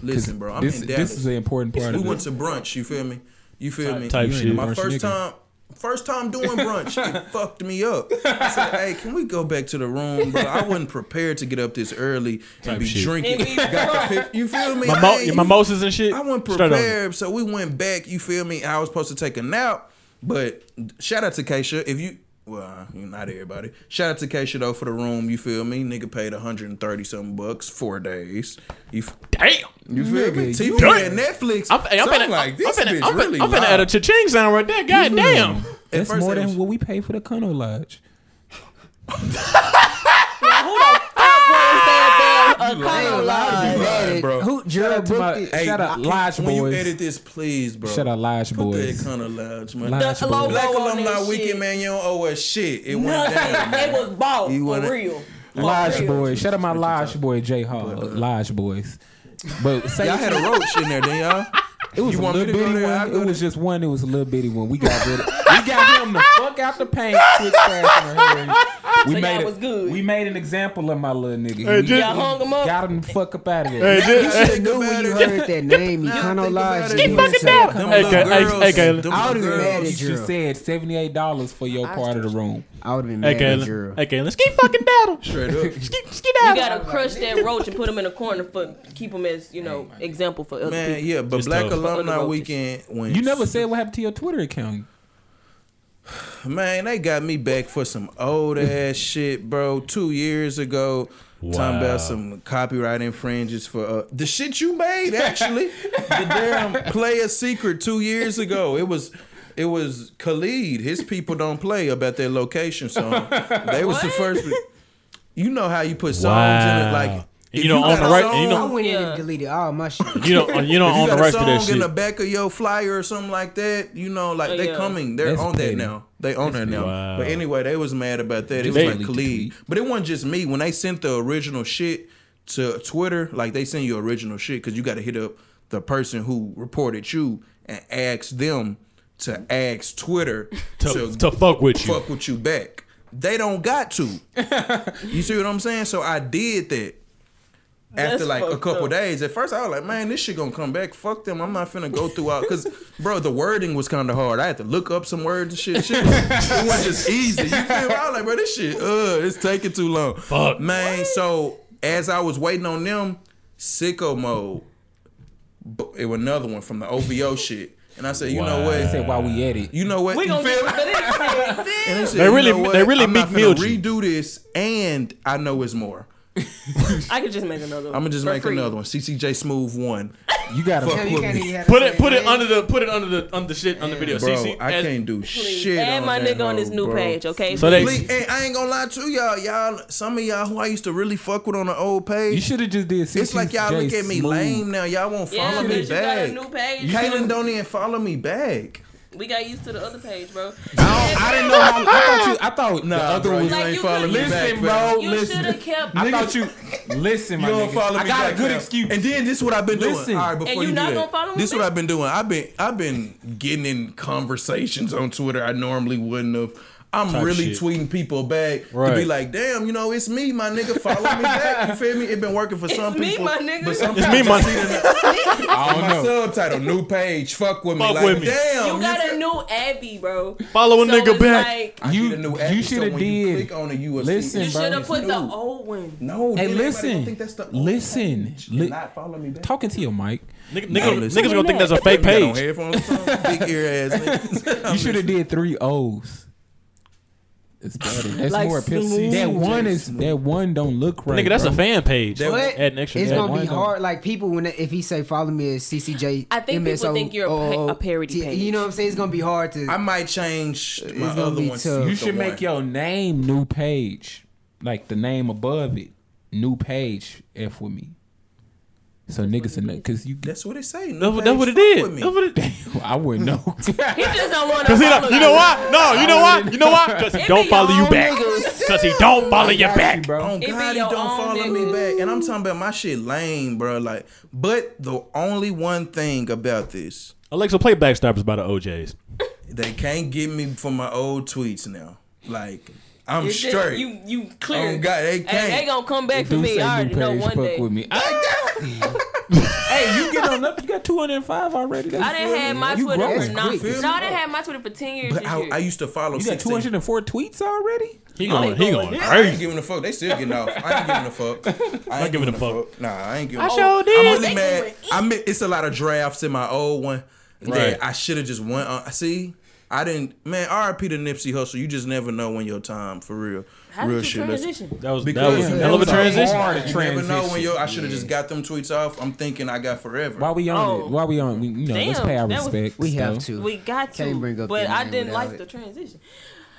S2: Listen, bro. I'm
S1: This
S2: in
S1: this
S2: Dallas.
S1: is an important part
S2: we
S1: of
S2: went
S1: it.
S2: to brunch. You feel me? You feel me?
S4: type
S1: You ain't
S4: shit.
S1: a
S2: My
S1: brunch
S2: first
S1: nigga.
S2: time, first time doing brunch, it fucked me up. I said, "Hey, can we go back to the room?" But I wasn't prepared to get up this early and be
S4: shit.
S2: drinking.
S3: And be
S2: Got the pic- you feel me?
S4: My, mo-
S2: Hey,
S4: my mimosas and shit.
S2: I wasn't
S4: Straight on.
S2: prepared, so we went back. You feel me? I was supposed to take a nap, but shout out to Keisha. If you, well, you not everybody. Shout out to Keisha though for the room. You feel me? Nigga paid 130 something bucks, four days. You, f-
S4: Damn.
S2: Mm, you feel me?
S1: Nigga,
S2: TV
S1: you-
S2: and Netflix.
S4: I'm, hey, I'm
S2: so I'm
S4: finna,
S2: like,
S4: I'm-
S2: this
S4: I'm finna,
S2: bitch
S4: I'm finna,
S2: really.
S4: I'm finna add a
S2: loud.
S4: cha-ching sound right there. God damn.
S1: That's
S2: first
S1: more
S2: it
S1: than
S2: was-
S1: what we paid for the Cano Lodge.
S5: Hey,
S2: lying, bro.
S5: Who
S1: Shout
S5: Gerald
S1: out to my-
S5: Brooke? did-
S1: hey, Shout out
S2: I-
S1: Lodge
S2: when
S1: Boys.
S2: you edit this, please, bro.
S1: Shout out Lodge
S2: Put that
S1: Boys.
S2: kind of lodge, man.
S1: Lodge
S3: The logo
S2: Black
S3: on
S2: alumni
S3: that shit.
S2: weekend, man. You don't owe us shit. It went down.
S3: Nothing.
S2: man.
S3: It was bought
S2: You wanna-
S3: for real.
S1: Lodge
S3: real.
S1: Boys. Shout out my Lodge Boy J Hall. Lodge Boys. But say
S2: uh, Y'all had a roach in there, didn't y'all?
S1: It was
S2: You
S1: a
S2: want me
S1: little
S2: to go
S1: bitty
S2: there? I'll
S1: one.
S2: go
S1: It was just one. It was a little bitty one. We got rid of. We got him the fuck out the paint. Quick, fast, and hurry. We
S3: So
S1: made
S3: y'all
S1: it.
S3: was good.
S1: We made an example of my little nigga.
S4: Hey,
S1: we
S4: just-
S3: Y'all hung him up.
S1: got him the fuck up out of there.
S4: Hey,
S5: You
S4: just,
S5: should
S4: hey,
S5: have knew when you
S2: about it.
S5: heard that name. You
S2: Now
S5: can't
S2: think
S5: lie.
S2: about it.
S5: you
S2: Get
S5: went
S4: fucking
S5: to-
S4: down.
S2: Them
S4: Hey,
S2: little
S4: Kay- hey,
S2: girls,
S4: hey, Kayla.
S2: them
S5: I
S2: little
S5: would've been mad
S2: girls.
S5: at
S1: You just
S5: Gerald.
S1: said seventy eight dollars for your part of the room.
S5: I would have been
S4: hey,
S5: mad at
S4: Kayla.
S5: Gerald.
S4: Hey, Kayla, let's keep fucking battle.
S2: Straight up.
S4: Skip, skip
S3: You
S4: out.
S3: gotta crush that roach and put him in a corner for keep him as you know example for other
S2: Man,
S3: people.
S2: yeah, but
S4: Just
S2: Black
S4: tough.
S3: Other
S2: Alumni
S3: roaches.
S2: Weekend went.
S1: You never said what happened to your Twitter account.
S2: Man, they got me back for some old ass shit, bro. Two years ago, talking
S4: Wow.
S2: about some copyright infringements for uh, the shit you made. Actually, the damn player secret two years ago. It was. It was Khalid. His people don't play about their location song. They was the
S3: What?
S2: first. You know how you put songs in it, like
S4: And
S2: if
S4: you don't own
S2: got
S4: the
S2: a
S4: right- and you
S2: song-
S5: I
S4: don't-
S5: went in
S3: Yeah.
S5: and deleted all my shit.
S4: You don't, you don't
S2: If
S4: own
S2: you
S4: the
S2: got a
S4: rights to
S2: song
S4: that
S2: in the
S4: shit.
S2: back of your flyer or something like that, you know, like
S3: Oh,
S2: they
S3: yeah.
S2: coming, they're
S1: That's
S2: on
S1: petty.
S2: that now. They own that now.
S4: Wow.
S2: But anyway, they was mad about that. It was
S4: They-
S2: like Khalid, but it wasn't just me. When they sent the original shit to Twitter, like they send you original shit because you got to hit up the person who reported you and ask them to ask Twitter
S4: To, to fuck with you.
S2: fuck with you back. They don't got to. you see what I'm saying? So I did that. After
S3: That's
S2: like a
S3: fucked
S2: couple
S3: up.
S2: days, at first I was like, "Man, this shit gonna come back. Fuck them. I'm not finna go through all." Cause, bro, the wording was kind of hard. I had to look up some words and shit. shit was, it was just easy. You feel me? I was like, "Bro, this shit, uh, it's taking too long."
S4: Fuck.
S2: man. So as I was waiting on them, sicko mode. bu- It was another one from the OVO shit, and I said, "You know
S1: They
S2: what?
S1: said why we at it.
S2: You know what?
S3: We
S2: You
S3: gonna
S2: feel
S3: get
S2: me?
S3: but it is-
S2: And said,
S4: They
S2: "You
S4: really-
S2: know what?
S4: they really
S2: I'm not
S4: Meek Mill
S2: finna
S4: you.
S2: redo this, and I know it's more.
S3: I could just make another. one.
S2: I'm gonna just
S3: for
S2: make
S3: free.
S2: another one. CCJ Smooth one,
S1: You got
S2: Fuck
S1: to
S2: with me,
S4: Put it, put it under the, put it under the, under the shit, under the video.
S2: bro.
S4: See, see,
S2: I
S4: as-
S2: can't do
S3: Please.
S2: shit.
S3: Add
S2: on
S3: my
S2: that
S3: nigga on this
S2: hoe,
S3: new
S2: bro.
S3: page, okay?
S4: So they-
S2: Please, and I ain't gonna lie to y'all, y'all. Some of y'all who I used to really fuck with on the old page,
S1: You should have just did.
S2: it's like y'all look at me
S1: Smooth.
S2: lame now. Y'all won't
S3: yeah,
S2: follow
S3: bitch,
S2: me
S3: you got a new
S2: back.
S3: page.
S2: Kaylin don't even follow me back.
S3: We got used to the other page, bro.
S1: I didn't know how. I thought you. I thought the other one.
S2: you
S1: was
S3: Like,
S2: ain't
S3: you
S2: follow me
S3: could've-
S2: back.
S1: Listen,
S2: fam.
S1: bro.
S3: You should
S1: listen.
S3: have kept.
S1: I thought you listen, my
S2: You don't
S1: nigga.
S2: follow me
S1: I got
S2: back,
S1: a good
S2: fam.
S1: excuse.
S2: And then this is what I've been
S1: Listen.
S2: doing. All right, before
S3: And you
S2: do
S3: not
S2: that,
S3: gonna follow me
S2: this is what
S3: back?
S2: I've been doing. I've been I've been getting in conversations on Twitter I normally wouldn't have. I'm
S4: Type
S2: really
S4: shit.
S2: tweeting people back to be
S4: Right.
S2: like, damn, you know, it's me, my nigga. Follow me back. You feel me? It been working for some
S3: me,
S2: people.
S3: my nigga.
S2: But some
S4: It's
S2: people
S4: me, my-
S2: just see the-
S1: I don't
S2: my
S1: know.
S2: subtitle, new page. Fuck with me.
S4: Fuck
S2: like,
S4: with me.
S2: damn.
S3: You got
S2: feel-
S3: a new Abby, bro.
S4: Follow a
S3: So
S4: nigga
S3: it's
S4: back.
S3: like,
S2: I
S1: You-
S2: get a new
S1: you
S2: app, so
S1: shoulda
S2: when you
S1: did-
S2: click on it, you will see
S1: Listen,
S3: You
S2: it.
S1: bro.
S3: should have
S1: It's
S3: put the
S2: new.
S3: old one.
S2: No,
S1: Hey,
S2: dude, everybody
S1: listen.
S2: gonna think that's the old
S1: Listen.
S2: page and
S1: Li-
S2: not follow me back.
S1: Talking to your mic.
S4: Nigga,
S2: Hey,
S4: nigga,
S2: listen.
S4: niggas gonna think that's a fake
S2: Got on
S4: page.
S2: headphones or something? Big ear ass niggas.
S1: You should have did three O's. It's better. That's
S3: Like
S1: more appealing.
S3: smooth.
S1: That one is that one don't look right.
S4: Nigga, that's
S1: bro.
S4: a fan page.
S2: That-
S5: But
S4: Add an extra.
S5: it's
S4: ad.
S5: gonna
S1: Why
S5: be
S1: don't-
S5: hard. Like people, when if he say follow me as CCJ,
S3: I think people
S5: MSO,
S3: think you're a pa-
S5: or-
S3: a parody
S5: T- You
S3: page.
S5: know what I'm saying? It's gonna be hard to.
S2: I might change my
S5: gonna
S2: other
S5: be
S2: one.
S5: tough.
S1: You should make your name new page, like the name above it, new page. F with me. So niggas and because you,
S2: That's what it say. New
S4: That's,
S2: page,
S4: what- that's what it
S2: fuck
S4: did.
S2: with me.
S4: That's what it
S1: I wouldn't know.
S3: He just don't want to.
S4: Cause he don't, you know why? No, you know why? You know why? Cause he
S3: It
S4: don't
S3: be
S4: follow you
S3: y'all
S4: back.
S3: niggas.
S4: Cause he don't follow you back.
S1: bro.
S2: Oh
S3: be
S2: God, he
S3: your
S2: don't
S3: own
S2: follow me
S3: niggas.
S2: back, and I'm talking about my shit lame, bro. Like, but the only one thing about this,
S4: Alexa, play Backstabbers by the OJ's.
S2: they can't get me for my old tweets now. Like, I'm
S3: It's just-
S2: straight.
S3: You you clear.
S2: Oh, God, they can't.
S3: Hey, they gonna come back for
S1: Do
S3: me. I
S1: say
S3: already
S1: new
S3: know
S1: page.
S3: one
S1: Fuck
S3: day.
S1: with me. Ah! hey, you get on up. You got two hundred and five already. That's
S3: I done
S1: good.
S3: had my
S1: You
S3: Twitter
S1: grown
S3: for nine.
S1: quick.
S2: feel
S3: No, I
S2: me?
S3: done had my Twitter for ten years.
S2: but
S3: this
S2: I,
S3: year.
S2: I used to follow.
S1: You got two
S2: 16.
S1: hundred and four tweets already.
S3: they
S4: He going, he
S3: going
S4: going
S3: in.
S2: I ain't
S4: crazy.
S2: giving a fuck. They still getting off. I ain't giving a fuck. I ain't
S4: giving a fuck.
S2: Nah, I ain't giving a
S4: I
S2: fuck.
S4: sure did.
S2: I'm really
S3: They
S2: mad.
S3: doing
S2: I mean, it's a lot of drafts in my old one
S4: Right.
S2: that I should have just went on. See, I didn't. Man, R.I.P. to Nipsey Hussle. You just never know when your time for real.
S3: How
S2: real
S3: did you
S2: shit. Listen,
S3: transition?
S4: That was
S2: Because
S4: that was
S2: it
S4: an hell of a
S2: was
S4: transition.
S1: hard
S2: You never know when
S1: transition.
S2: your. I should have just got them tweets off. I'm thinking I got forever.
S1: Why we on
S3: Oh.
S1: it? Why we on? We, you know, let's
S3: Damn,
S1: pay our
S3: that was-
S1: respect.
S5: we have to.
S3: We got to,
S5: Can't bring up
S3: but
S5: their
S3: I
S5: name
S3: didn't
S5: without
S3: like
S5: it.
S3: the transition.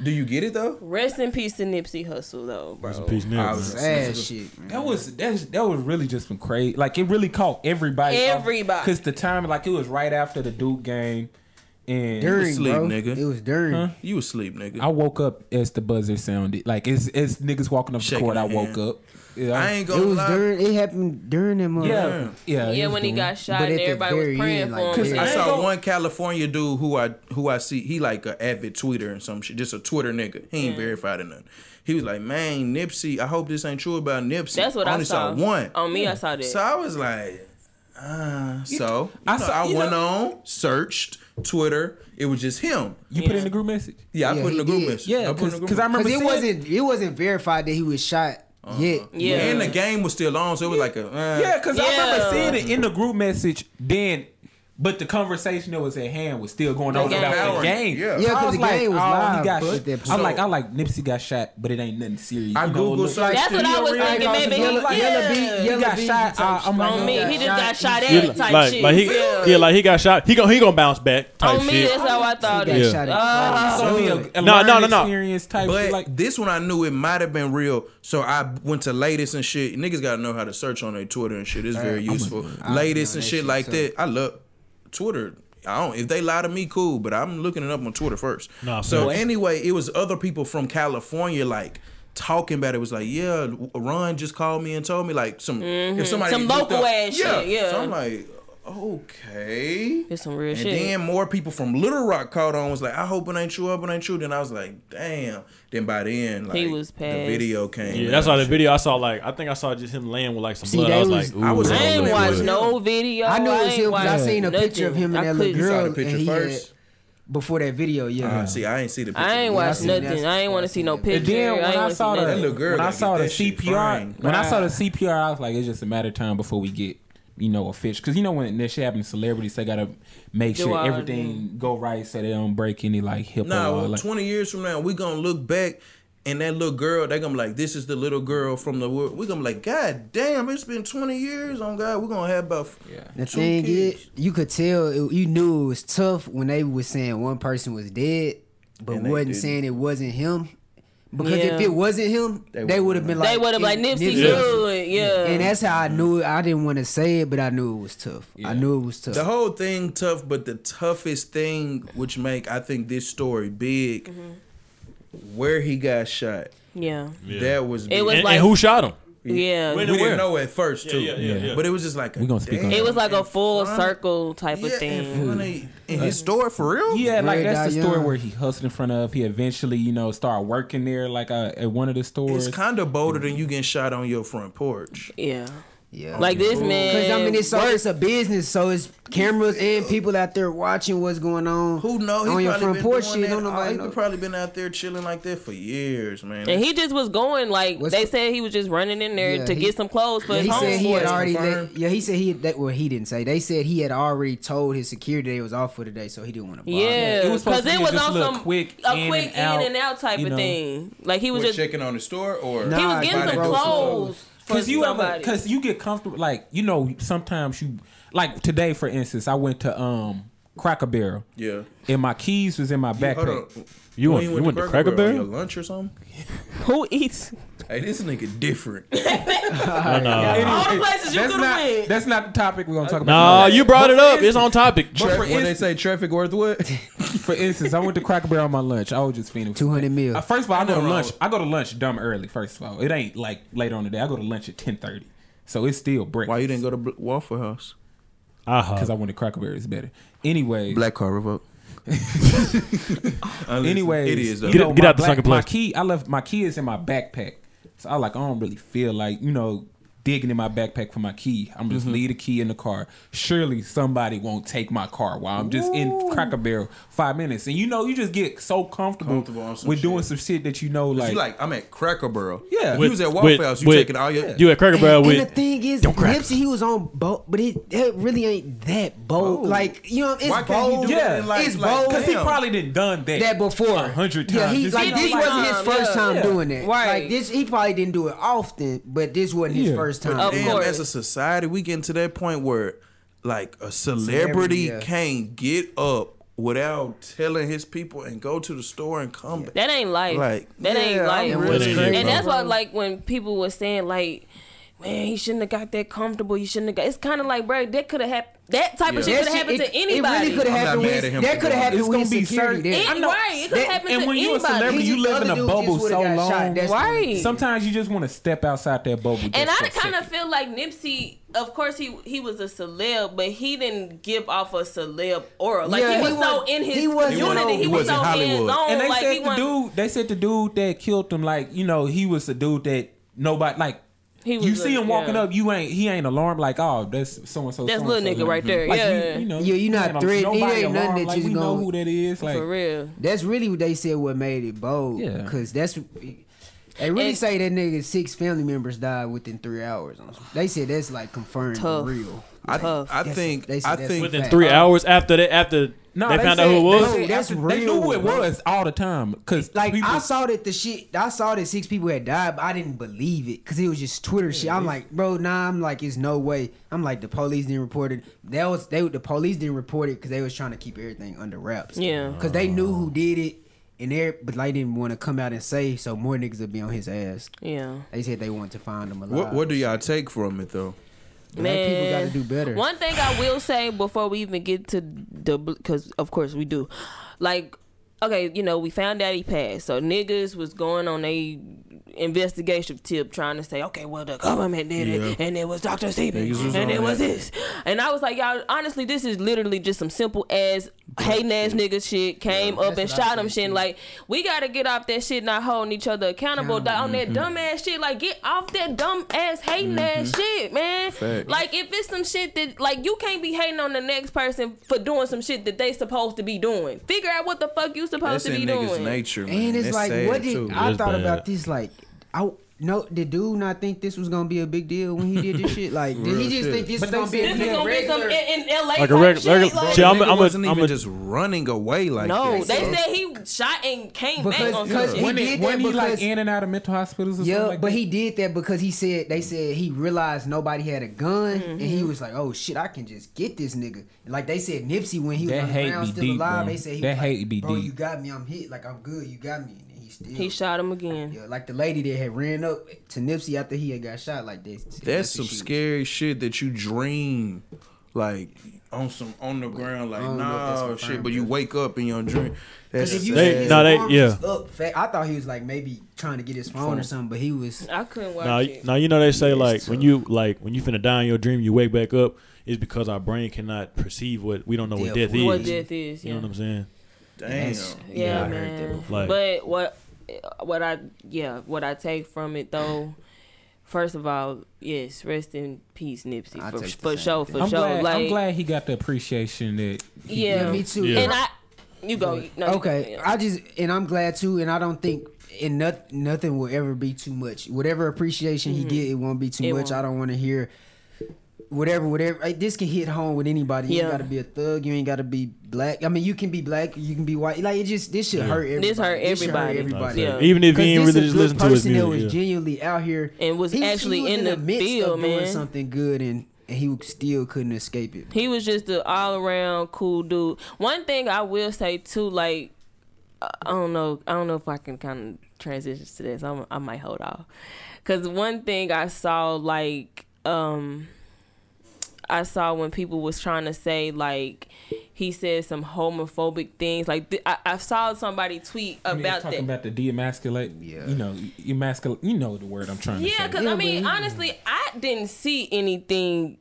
S2: Do you get it though?
S3: Rest in peace to Nipsey Hussle, though, bro.
S4: Peace,
S2: I
S4: nigga.
S2: was-
S5: Sad shit. man.
S1: That was that's that was really just some crazy. Like it really caught everybody.
S3: Everybody.
S1: Because the time, like it was right after the Duke game, and
S5: During,
S2: sleep,
S5: bro.
S2: nigga.
S5: It was during.
S2: You asleep, nigga.
S1: I woke up as the buzzer sounded. Like it's it's niggas walking up the
S2: Shaking
S1: court. I
S2: their
S1: woke
S2: hand.
S1: up. Yeah,
S2: I ain't
S5: It
S2: gonna
S5: was
S2: lie.
S5: during. It happened during that month.
S1: Yeah, yeah.
S3: Yeah,
S1: it was
S3: when he
S1: doing-
S3: got shot,
S5: But at
S3: and
S5: the
S3: everybody
S5: very
S3: was praying
S5: end, like,
S3: for him.
S5: yeah.
S2: I
S1: I
S2: saw
S1: ain't go-
S2: one California dude who I who I see. He like a avid tweeter and some shit. Just a Twitter nigga. He ain't verified or nothing. He was like, man, Nipsey. I hope this ain't true about Nipsey.
S3: That's what
S2: I
S3: I,
S2: only
S3: saw. Oh,
S2: one.
S3: on me. I saw that.
S2: So I was like, uh, so
S1: I
S2: I, know,
S1: saw-
S2: I
S1: you
S2: went
S1: know-
S2: on, searched Twitter. It was just him.
S1: You put in the group message.
S2: Yeah, I
S5: Yeah,
S2: put in
S5: he
S2: the group
S5: did.
S2: message.
S1: Yeah,
S2: I put in the group
S1: because I remember
S5: Because it
S1: seeing-
S5: wasn't. It wasn't verified that he was shot yet.
S3: yeah,
S2: And the game was still on, so it was like a uh,
S1: Yeah, because I remember
S3: Yeah.
S1: seeing it in the group message. Then, but the conversation that was at hand was still going on
S3: game.
S1: about the game.
S2: Yeah.
S5: Yeah,
S1: So I "Oh,
S5: 'cause the game was live,
S1: he got
S5: but
S1: shot.
S5: at that
S1: I'm
S5: point-
S1: like, I like Nipsey got shot, but it ain't nothing serious.
S2: I
S1: You know,
S2: Google
S1: look-
S2: searched
S3: That's what
S2: it.
S3: I was
S2: Yeah,
S3: thinking,
S5: Like,
S3: baby.
S5: yellow,
S3: He-
S5: yellow
S3: yeah.
S5: beat- yellow
S1: He got
S5: beat
S1: shot,
S5: type
S1: uh, I'm
S5: shit.
S1: like,
S3: on me, he just got shot
S4: Yeah,
S3: at type
S4: like,
S3: shit.
S4: like he,
S3: yeah.
S4: yeah, like he got shot. He gonna he gonna bounce back. Type
S3: on me,
S4: shit.
S3: that's how I thought
S5: He got
S3: it.
S5: shot at
S3: Ah.
S1: So he a, a
S4: No,
S1: learned
S4: no, no, no.
S1: experience type
S2: But
S1: shit like
S2: this one I knew it might have been real, so I went to latest and shit. Niggas gotta know how to search on their Twitter and shit. It's very useful. latest and shit like that. I love Twitter. I don't. If they lie to me, cool. But I'm looking it up on Twitter first.
S4: Nah,
S2: so
S4: facts.
S2: anyway, it was other people from California like talking about it. it was like, yeah, Ron just called me and told me like some if somebody
S3: Mm-hmm. Some
S2: get hooked
S3: local ass shit, yeah.
S2: So I'm like, okay.
S3: It's some real
S2: And
S3: shit.
S2: then more people from Little Rock caught on. Was like, I hope it ain't true. I hope it ain't true. Then I was like, damn. Then by then, like,
S3: He was
S2: the
S3: past.
S2: video came.
S4: Yeah, that's
S2: out.
S4: all the video I saw. Like I think I saw just him laying with like some
S5: See,
S4: blood. I
S5: they
S4: was
S5: was-
S4: like, ooh,
S2: I was
S3: I
S2: on
S3: ain't
S2: that
S3: watched
S2: video.
S3: no video.
S5: I knew it was
S3: ain't
S5: him 'cause I
S3: watched
S5: seen a picture of
S3: nothing.
S5: him and
S3: I
S5: that little
S3: couldn't-
S5: girl.
S2: Saw the picture
S5: and he
S2: first?
S5: Had, before that video, yeah.
S2: Ah, see, I ain't see the picture.
S3: I ain't watched
S5: seen
S3: nothing.
S5: that.
S3: I ain't want to see no
S1: And
S3: picture.
S1: then
S3: I
S1: when
S3: ain't
S1: I,
S3: wanna see
S1: saw the
S2: That
S3: nothing.
S2: little girl
S1: when I
S2: gotta
S1: saw
S2: get
S1: the
S2: that shit
S1: CPR
S2: framed.
S1: when I saw the CPR, I was like, it's just a matter of time before we get you know a fish because you know when that shit happens, to celebrities they gotta make
S3: Do
S1: sure
S3: all
S1: everything go right so they don't break any like hip
S2: Nah,
S4: Oh,
S1: or
S2: well,
S1: like.
S2: 20 years from now, we gonna look back and that little girl, they gonna be like, this is the little girl from the world. we gonna be like, God damn, it's been 20 years on God. we gonna have about f-
S1: Yeah.
S5: The
S2: two
S5: thing
S2: kids.
S5: is, you could tell it, you knew it was tough when they was saying one person was dead, but
S2: And they
S5: wasn't
S2: didn't.
S5: saying it wasn't him. Because if
S3: Yeah.
S5: it wasn't him, they,
S2: would've
S5: would have been like
S3: They would have like
S5: it-
S3: Nipsey
S4: Yeah.
S3: good. Yeah.
S5: And that's how I knew it. I didn't want to say it, but I knew it was tough. I knew it was tough.
S2: The whole thing tough, but the toughest thing, which make I think this story big, where he got shot.
S3: yeah.
S4: Yeah.
S2: That was big.
S3: was
S4: and,
S3: like-
S4: and who shot him?
S3: Yeah.
S4: When
S2: we
S4: and where?
S2: didn't know at first
S4: Yeah,
S2: too,
S4: yeah, yeah,
S1: Yeah.
S4: yeah.
S2: but it was just like a
S1: We gonna speak
S2: damn,
S1: on
S3: It was like a
S2: in
S3: full
S2: front-
S3: circle type of
S2: yeah, In,
S3: thing.
S2: front of, in his store for real.
S1: Yeah, like
S5: Red
S1: that's the
S5: Dot
S1: store
S5: Young.
S1: where he hustled in front of. He eventually, you know, started working there, like uh, at one of the
S2: it's
S1: stores.
S2: kind of bolder than you getting shot on your front porch.
S3: Yeah.
S5: Yeah.
S3: Like this man.
S5: Because I mean, it's so it's a business, so it's cameras and people out there watching what's going on.
S2: Who knows?
S5: on your
S2: probably
S5: front
S2: been
S5: porch?
S2: doing
S5: Shit,
S2: that
S5: don't
S2: all-
S5: nobody
S2: he
S5: know.
S2: probably been out there chilling like that for years, man.
S3: and he just was going like
S5: What's-
S3: they said he was just running in there
S5: Yeah,
S3: to
S5: he-
S3: get some clothes for
S5: Yeah,
S3: his
S5: he said he
S3: homeboy.
S5: had already.
S2: confirmed.
S5: They, yeah, he said he had, that. Well, he didn't say. They said he had already told his security they was off for the day, so he didn't want to. Bother.
S3: Yeah,
S1: It was supposed
S3: because
S1: to
S3: it
S1: be
S3: was
S1: just
S3: on
S1: a little
S3: some
S1: quick
S3: a
S1: in
S3: quick
S1: and out,
S3: in and out type
S1: you
S3: of
S1: know.
S3: thing. Like he was
S2: was
S3: just
S2: checking on the store or
S5: Nah,
S3: he was
S5: by
S3: getting
S5: the
S3: some
S5: grocery store.
S3: clothes for
S1: Cause you ever,
S3: somebody.
S1: cause you get comfortable, like you know. Sometimes you, like today, for instance, I went to um Cracker Barrel,
S2: yeah.
S1: and my keys was in my
S2: Hold
S1: backpack.
S2: on.
S4: You went- you went to Cracker
S2: on
S4: Barrel?
S2: your lunch or something?
S3: Who eats?
S2: Hey, this nigga different.
S4: No, no.
S1: Anyway,
S3: All the places you
S1: that's
S3: could've
S1: not-
S3: went.
S1: That's not the topic we're gonna talk
S4: Nah,
S1: about.
S4: you brought
S1: But
S4: it
S1: for
S4: up. It's
S1: instance-
S4: on topic.
S1: But for,
S2: Tra- when they
S1: instance,
S2: say traffic worth what?
S1: for instance, I went to Cracker Barrel on my lunch. I was just feeling
S5: Two hundred mil.
S1: Uh, first of all, I, go to
S2: wrong.
S1: lunch. I go to lunch dumb early. First of all, it ain't like later on the day. I go to lunch at ten thirty, so it's still breakfast.
S2: Why you didn't go to Bl- Waffle House?
S4: Uh-huh.
S1: Because I went to Cracker Barrel. It's better. Anyways,
S2: Black car revoke.
S1: anyways,
S2: it is. Though.
S1: you
S4: Get-
S1: know,
S4: get
S1: my
S4: out the
S1: black-
S4: second
S1: My
S4: place.
S1: key, I left my key is in my backpack, so I like I don't really feel like you know digging in my backpack for my key. I'm
S4: Mm-hmm.
S1: just leave the key in the car. Surely somebody won't take my car while I'm just in Cracker Barrel five minutes. And you know, you just get so comfortable,
S2: Comfortable on some
S1: with doing
S2: shit.
S1: some shit that you know,
S2: you
S1: like,
S2: like I'm at Cracker Barrel.
S1: Yeah.
S2: if
S1: With-
S2: you was at Waffle
S4: with-
S2: House. You
S4: with-
S2: taking all your
S4: You at Cracker Barrel
S5: and, and
S4: with
S5: the thing is, Nipsey, he was on bold, but it, it really ain't that bold. Like you know, it's
S2: Why can't he
S5: bold.
S2: do
S1: Yeah.
S2: that? in, Like,
S5: It's
S2: like,
S5: bold.
S1: because he
S2: damn.
S1: probably didn't done that
S5: that before
S1: a hundred times.
S5: Yeah, he,
S1: This
S5: like
S1: ain't
S5: this
S1: the
S5: wasn't
S1: first
S3: time,
S5: his first
S3: yeah.
S5: time
S1: Yeah.
S5: doing that.
S3: Right.
S5: Like this, he probably didn't do it often, but this wasn't his
S1: Yeah.
S5: first time.
S3: Of
S5: doing
S2: Damn,
S5: it.
S3: course.
S2: as a society, we getting to that point where like a celebrity,
S5: Celebrity, yeah.
S2: can't get up without telling his people and go to the store and come back.
S3: That ain't life.
S2: Like,
S3: that ain't
S2: yeah,
S3: life.
S2: I'm
S4: really That ain't it,
S3: and
S4: bro.
S3: that's why, like, when people were saying, like, man, he shouldn't have got that comfortable. You shouldn't have got. It's kind of like, bro, that could have happened. That type of shit could have
S5: That shit-
S3: happened
S5: it-
S3: to anybody.
S5: It really could have
S2: I'm not
S5: happened.
S2: mad
S5: with-
S2: at him for
S5: that could
S2: doing
S5: have
S2: it.
S5: happened
S1: It's
S5: with
S1: gonna be
S5: security.
S1: certain-
S5: there.
S3: Any-
S1: I'm not-
S3: right, it could
S5: that-
S3: happen to
S1: and when you a
S3: anybody.
S1: celebrity, you
S5: These
S1: live in
S5: other
S1: a
S5: dudes
S1: bubble
S5: just would've
S1: so
S5: got
S1: long.
S5: shot. That's-
S3: Right.
S1: Sometimes you just want to step outside that bubble. just
S3: and
S1: for
S3: I
S1: a
S3: kind of
S1: second.
S3: feel like Nipsey. Of course, he he was a celeb, but he didn't give off a celeb aura. Like
S5: Yeah,
S3: he was
S5: he
S3: so
S5: wa-
S3: in his
S5: he wasn't-
S3: community, he
S2: He
S3: was so
S2: wasn't
S3: hands
S2: Hollywood.
S3: on.
S1: And they
S3: like he
S1: said the
S3: wasn't-
S1: dude, they said the dude that killed him, like you know, he was the dude that nobody like.
S3: He was
S1: you
S3: a-
S1: see him walking
S3: yeah.
S1: up, you ain't he ain't alarmed like oh that's so and so.
S3: That's little nigga right there, yeah.
S1: know,
S5: Yeah, you not
S1: ain't al-
S5: threatened. It
S1: nobody
S5: ain't nothing
S1: alarmed,
S5: that
S1: like,
S5: you's
S1: we know
S5: gonna-
S1: who that is. Like
S3: for real.
S5: That's really what they said. What made it bold?
S1: Yeah.
S5: because that's they really
S3: And-
S5: say that nigga six family members died within three hours. on some- They said that's like confirmed
S3: Tough.
S5: real.
S2: I,
S3: Tough.
S2: I
S5: That's-
S2: think
S5: they said
S2: I
S5: that's
S2: think
S5: within
S4: within
S5: fact.
S4: three hours after that after
S1: no,
S4: they
S1: they
S4: found out
S1: said-
S4: who it
S1: they
S4: was.
S1: said
S5: No, that's
S1: after- They knew
S5: real,
S1: who it
S5: bro.
S1: was all the time because
S5: Like
S1: people,
S5: I saw that the shit, I saw that six people had died, but I didn't believe it because it was just Twitter shit. I'm like, bro, nah, I'm like, it's no way. I'm like, the police didn't report it. That was they, the police didn't report it because they was trying to keep everything under wraps.
S3: Yeah.
S5: because they knew who did it, and they but they didn't want to come out and say, so more niggas would be on his ass.
S3: Yeah.
S5: They said they wanted to find him alive.
S2: what what do y'all take from it though?
S5: Black people got to
S3: Man.
S5: do better.
S3: One thing I will say before we even get to the, because of course we do, like, okay, you know, we found out he passed, so niggas was going on a investigation tip trying to say, okay, well the government did it,
S2: Yeah.
S3: and it was Dr. Seaman,
S2: Niggas was
S3: and
S2: on
S3: it was
S2: that.
S3: this, and I was like, y'all, honestly, this is literally just some simple ass hating ass nigga shit came up and
S5: that's what I
S3: shot him
S5: said,
S3: shit.
S5: too.
S3: Like, we gotta get off that shit, not holding each other accountable dog, on
S2: mm-hmm.
S3: that dumb ass shit. Like, get off that dumb ass hating ass shit, man.
S2: Mm-hmm. Facts.
S3: Like if it's some shit that like you can't be hating on the next person for doing some shit that they supposed to be doing. Figure out what the fuck you supposed
S2: That's
S3: to
S2: in
S3: be
S2: niggas'
S3: doing.
S2: nature. Man.
S5: And it's
S2: That's
S5: like,
S2: sad,
S5: what did
S2: too.
S5: I
S4: It's
S5: thought
S4: bad.
S5: about this? Like, I no, did dude not think this was gonna be a big deal when he did this shit? Like, did he
S2: Real
S5: just
S2: shit.
S5: think this
S1: But
S5: was
S1: they
S5: gonna
S1: said
S3: This
S5: be a
S3: is
S5: big
S1: Yeah,
S3: gonna be some
S5: regular?
S3: in, in LA
S4: Like a
S3: type
S4: regu-
S3: shit.
S4: regu-
S3: like,
S4: Shit, I'm-
S2: Nigga
S4: I'm a-
S2: wasn't
S4: I'm
S2: even
S4: a-
S2: just running away like
S3: no,
S2: that.
S3: they said he shot and came
S5: Because-
S3: back on some
S5: because he
S3: shit.
S1: when
S5: did
S1: it,
S5: that
S1: when he like
S5: because-
S1: in and out of mental hospitals. Or
S5: Yeah,
S1: something like
S5: but
S1: that.
S5: he did that because he said they said he realized nobody had a gun, and
S1: Mm-hmm.
S5: he was like, "Oh shit, I can just get this nigga." Like they said, Nipsey when he was
S1: That
S5: on the
S1: hate
S5: ground
S1: be
S5: still
S1: deep,
S5: alive,
S1: bro.
S5: they said he
S1: That
S5: was
S1: hate
S5: like,
S1: be
S5: "Bro,
S1: deep.
S5: you got me. I'm hit. Like I'm good. You got me." And he still
S3: He shot him again.
S5: Yeah, like the lady that had ran up to Nipsey after he had got shot. Like this.
S2: That's some scary shit that you dream. Like on some on the ground like
S5: I don't know if that's
S2: nah
S5: confirmed,
S2: shit, but you
S5: but-
S2: wake up in your dream. That's
S5: Because if you
S4: They-
S5: see his
S4: no, they-
S5: arms
S4: yeah.
S5: was up, fa- I thought he was like maybe trying to get his phone or something, but he was.
S3: I couldn't watch
S4: Now,
S3: it.
S4: now you know they say like
S5: it's
S4: when you like when you finna die in your dream, you wake back up. It's because our brain cannot perceive what we don't know what
S5: Death.
S4: death is.
S3: what death is?
S4: You
S3: Yeah,
S4: know what I'm saying?
S2: damn.
S5: That's-
S3: yeah,
S5: I heard that
S3: man.
S5: before.
S4: Like-
S3: but what what I yeah what I take from it though. First of all, yes, rest in peace, Nipsey,
S5: I
S3: for,
S5: take the
S3: for
S5: same
S3: sure,
S5: thing.
S3: for
S1: I'm
S3: sure.
S1: glad,
S3: like,
S1: I'm glad he got the appreciation that he
S3: yeah,
S5: Yeah, me too.
S4: Yeah.
S3: and I, you go. No, you-
S5: okay,
S3: yeah.
S5: I just and I'm glad too, and I don't think and not, nothing will ever be too much. Whatever appreciation he get, it won't be too
S3: Mm-hmm. It
S5: much. I
S3: won't.
S5: don't want to hear whatever, whatever. Like, this can hit home with anybody. You
S3: Yeah.
S5: ain't got to be a thug. You ain't got to be black. I mean, you can be black. You can be white. Like it just this should hurt everybody.
S3: This hurt
S5: should
S3: everybody.
S5: everybody.
S3: Yeah.
S4: Even if you
S5: Because
S4: ain't
S5: this
S4: really
S5: a
S4: just
S5: good
S4: listen to his
S5: person that was
S4: music. yeah.
S5: genuinely out here
S3: And was actually in the
S5: midst
S3: field,
S5: of doing
S3: man.
S5: something good, and, and he still couldn't escape it.
S3: He was just an all around cool dude. One thing I will say too, like I I don't know, I don't know if I can kind of transition to this. I'm, I might hold off because one thing I saw, like um, I saw when people was trying to say like he said some homophobic things. Like th- I, I saw somebody tweet
S1: I mean, it's
S3: about
S1: talking
S3: that.
S1: about the de-emasculate.
S5: Yeah.
S1: You know, emasculate. You know the word I'm trying
S3: Yeah,
S1: to say.
S3: because
S5: Yeah,
S3: I
S5: but
S3: mean,
S5: he-
S3: honestly, I didn't see anything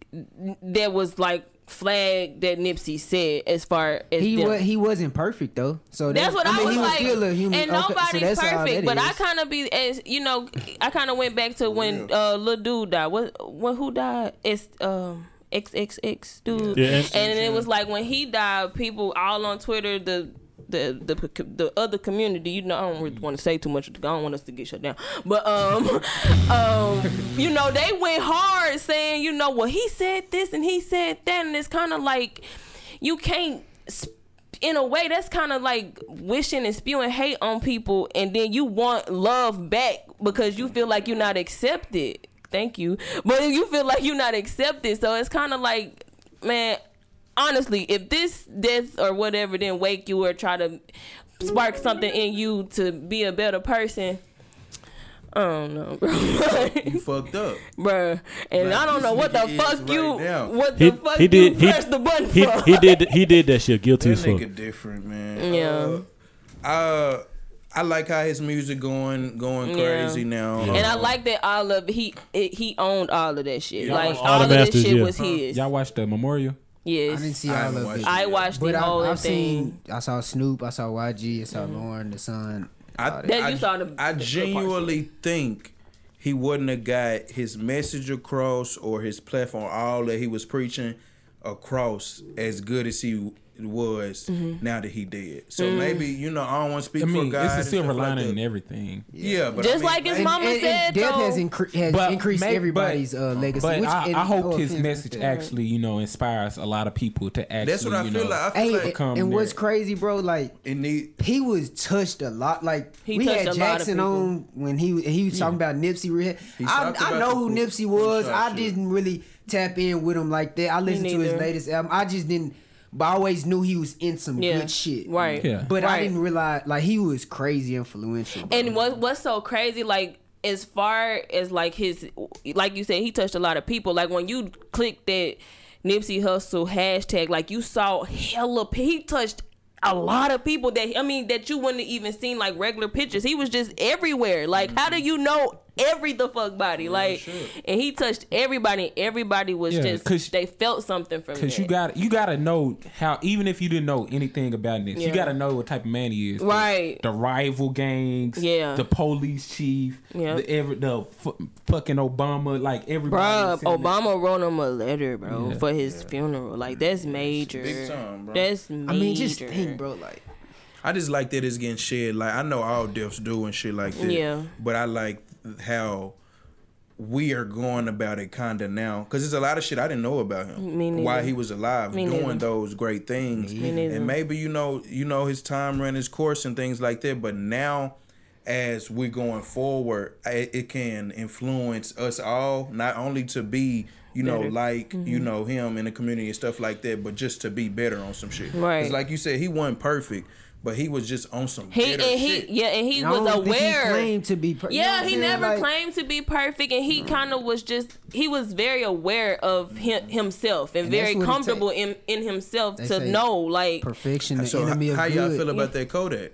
S3: that was like flag that Nipsey said as far as
S5: He
S3: them.
S5: was he wasn't perfect though. So
S3: That's
S5: that-
S3: what I,
S5: mean,
S3: was,
S5: he
S3: like,
S5: still a human.
S3: and
S5: Okay, so
S3: nobody's
S5: that's all
S3: perfect.
S5: that
S3: But I
S5: is.
S3: kind of be as you know, I kind of went back to when uh little dude died. What when who died? It's um. XXX dude,
S4: Yeah, it's-
S3: and it was like when he died, people all on Twitter, the the the the other community, you know, I don't really want to say too much. I don't want us to get shut down, but um, um, you know, they went hard saying, you know, well, he said this and he said that, and it's kind of like you can't sp- in a way that's kind of like wishing and spewing hate on people and then you want love back because you feel like you're not accepted thank you but you feel like you're not accepted so it's kind of like man honestly if this death or whatever didn't wake you or try to spark something in you to be a better person I don't know, bro.
S2: You fucked up.
S3: Bruh. And I don't know what the
S2: Like, this nigga
S3: fuck
S2: is
S3: you,
S2: right now.
S3: what the
S4: He,
S3: fuck
S4: he did
S3: you
S4: he,
S3: pressed the button
S4: he,
S3: for.
S4: he did he did that shit guilty
S2: That
S4: as fuck.
S2: nigga different, man.
S3: Yeah.
S2: Uh, uh, I like how his music going going
S3: Yeah.
S2: crazy now.
S3: And I
S2: Uh,
S3: like that all of he it, he owned all of that shit.
S1: Y'all
S3: like
S1: watched
S3: all,
S4: all
S3: of
S4: the
S3: this
S4: masters,
S3: shit
S4: yeah.
S3: was his.
S1: Y'all watched the memorial.
S5: I didn't
S3: Yes,
S5: see
S2: I
S5: all
S2: haven't
S5: of
S2: watched
S5: it.
S2: it.
S3: I watched
S5: But
S3: the whole
S5: I, I've
S3: thing. Mm.
S5: seen, I saw Snoop, I saw YG, I saw Lauren, the son.
S2: I,
S3: That
S2: I,
S3: you saw the-
S2: I
S3: the parts.
S2: genuinely think he wouldn't have got his message across or his platform, all that he was preaching across as good as he was
S3: Mm-hmm.
S2: now that he did.
S3: Mm.
S2: So maybe, you know, I don't want to speak
S1: I mean,
S2: for God.
S1: it's a
S2: and
S1: silver
S2: stuff like
S1: lining in
S2: that.
S1: everything.
S2: Yeah, but I
S3: Just
S2: mean,
S3: like his
S5: And-
S3: mom- Mama
S5: and-
S3: said,
S5: and death
S3: though-
S5: has, incre- has increased
S1: may-
S5: everybody's uh, legacy.
S1: But
S5: which,
S1: I,
S5: and
S1: I
S5: no
S1: hope his
S5: offense,
S1: message
S5: but-
S1: actually, you know, inspires a lot of people to actually.
S2: That's what I
S1: you
S2: feel
S1: know,
S2: like. I feel
S5: Hey,
S2: like
S5: and,
S1: Come
S5: and what's
S1: there.
S5: crazy, bro? Like
S2: it need
S5: he was touched a lot. Like
S3: He
S5: we
S3: touched a
S5: had
S3: lot of
S5: Jackson
S3: people.
S5: on when he and he was talking about Nipsey. Real. I,
S2: talked
S5: I
S2: about
S5: know
S2: the
S5: who
S2: Ku-
S5: Nipsey
S2: Ku
S5: was.
S2: Klux
S5: I
S2: shit.
S5: didn't really tap in with him like that. I listened to his
S3: neither.
S5: latest album. I just didn't. But I always knew he was in some
S3: Yeah.
S5: good shit.
S3: Right.
S1: Yeah.
S5: But
S3: Right.
S5: I didn't realize like he was crazy influential. bro.
S3: And what what's so crazy, like as far as like his, like you said, he touched a lot of people. Like when you clicked that Nipsey Hustle hashtag, like you saw hella. pe- He touched a lot of people that I mean that you wouldn't have even seen like regular pictures. He was just everywhere. Like how
S1: Mm-hmm.
S3: do you know? Every the fuck body, like, and he touched everybody. and Everybody was
S1: Yeah, 'cause-
S3: just they felt something from
S1: Cause
S3: that.
S1: you got you gotta know how even if you didn't know anything about this,
S3: Yeah.
S1: you gotta know what type of man he is. The-
S3: Right.
S1: The, rival gangs,
S3: Yeah.
S1: the police chief,
S3: Yeah.
S1: the every the f- fucking Obama, like everybody.
S3: Bruh,
S1: was sitting there.
S3: Obama wrote him a letter, bro,
S1: Yeah.
S3: for his funeral. Like that's major.
S2: big time, bro.
S3: That's major.
S5: I mean, just think, bro. Like
S2: I just like that it's getting shared. Like I know all deaths do and shit like that.
S3: Yeah.
S2: But I like how we are going about it kinda now. Cause there's a lot of shit I didn't know about him.
S3: Me neither.
S2: While he was alive
S3: Me
S2: doing
S3: neither.
S2: those great things.
S3: neither.
S2: And maybe you know you know his time ran his course and things like that. But now as we're going forward, I- it can influence us all, not only to be you know,
S3: Better. Mm-hmm.
S2: like you know him in the community and stuff like that. But just to be better on some shit. 'Cause
S3: Right.
S2: like you said, he wasn't perfect, but he was just on some
S3: He
S2: better
S3: and he
S2: shit.
S3: yeah, and he
S5: And I
S3: was
S5: don't think he
S3: aware.
S5: claimed to be per- you know
S3: yeah,
S5: what I'm
S3: he
S5: saying?
S3: never
S5: Like-
S3: claimed to be perfect, and he kind of was just he was very aware of him, himself and,
S5: And that's
S3: very
S5: what it
S3: comfortable in in himself
S5: They
S3: to
S5: say
S3: know like
S5: Perfection, the
S2: So how,
S5: enemy of
S2: how
S5: good. e-
S2: y'all feel about that Kodak?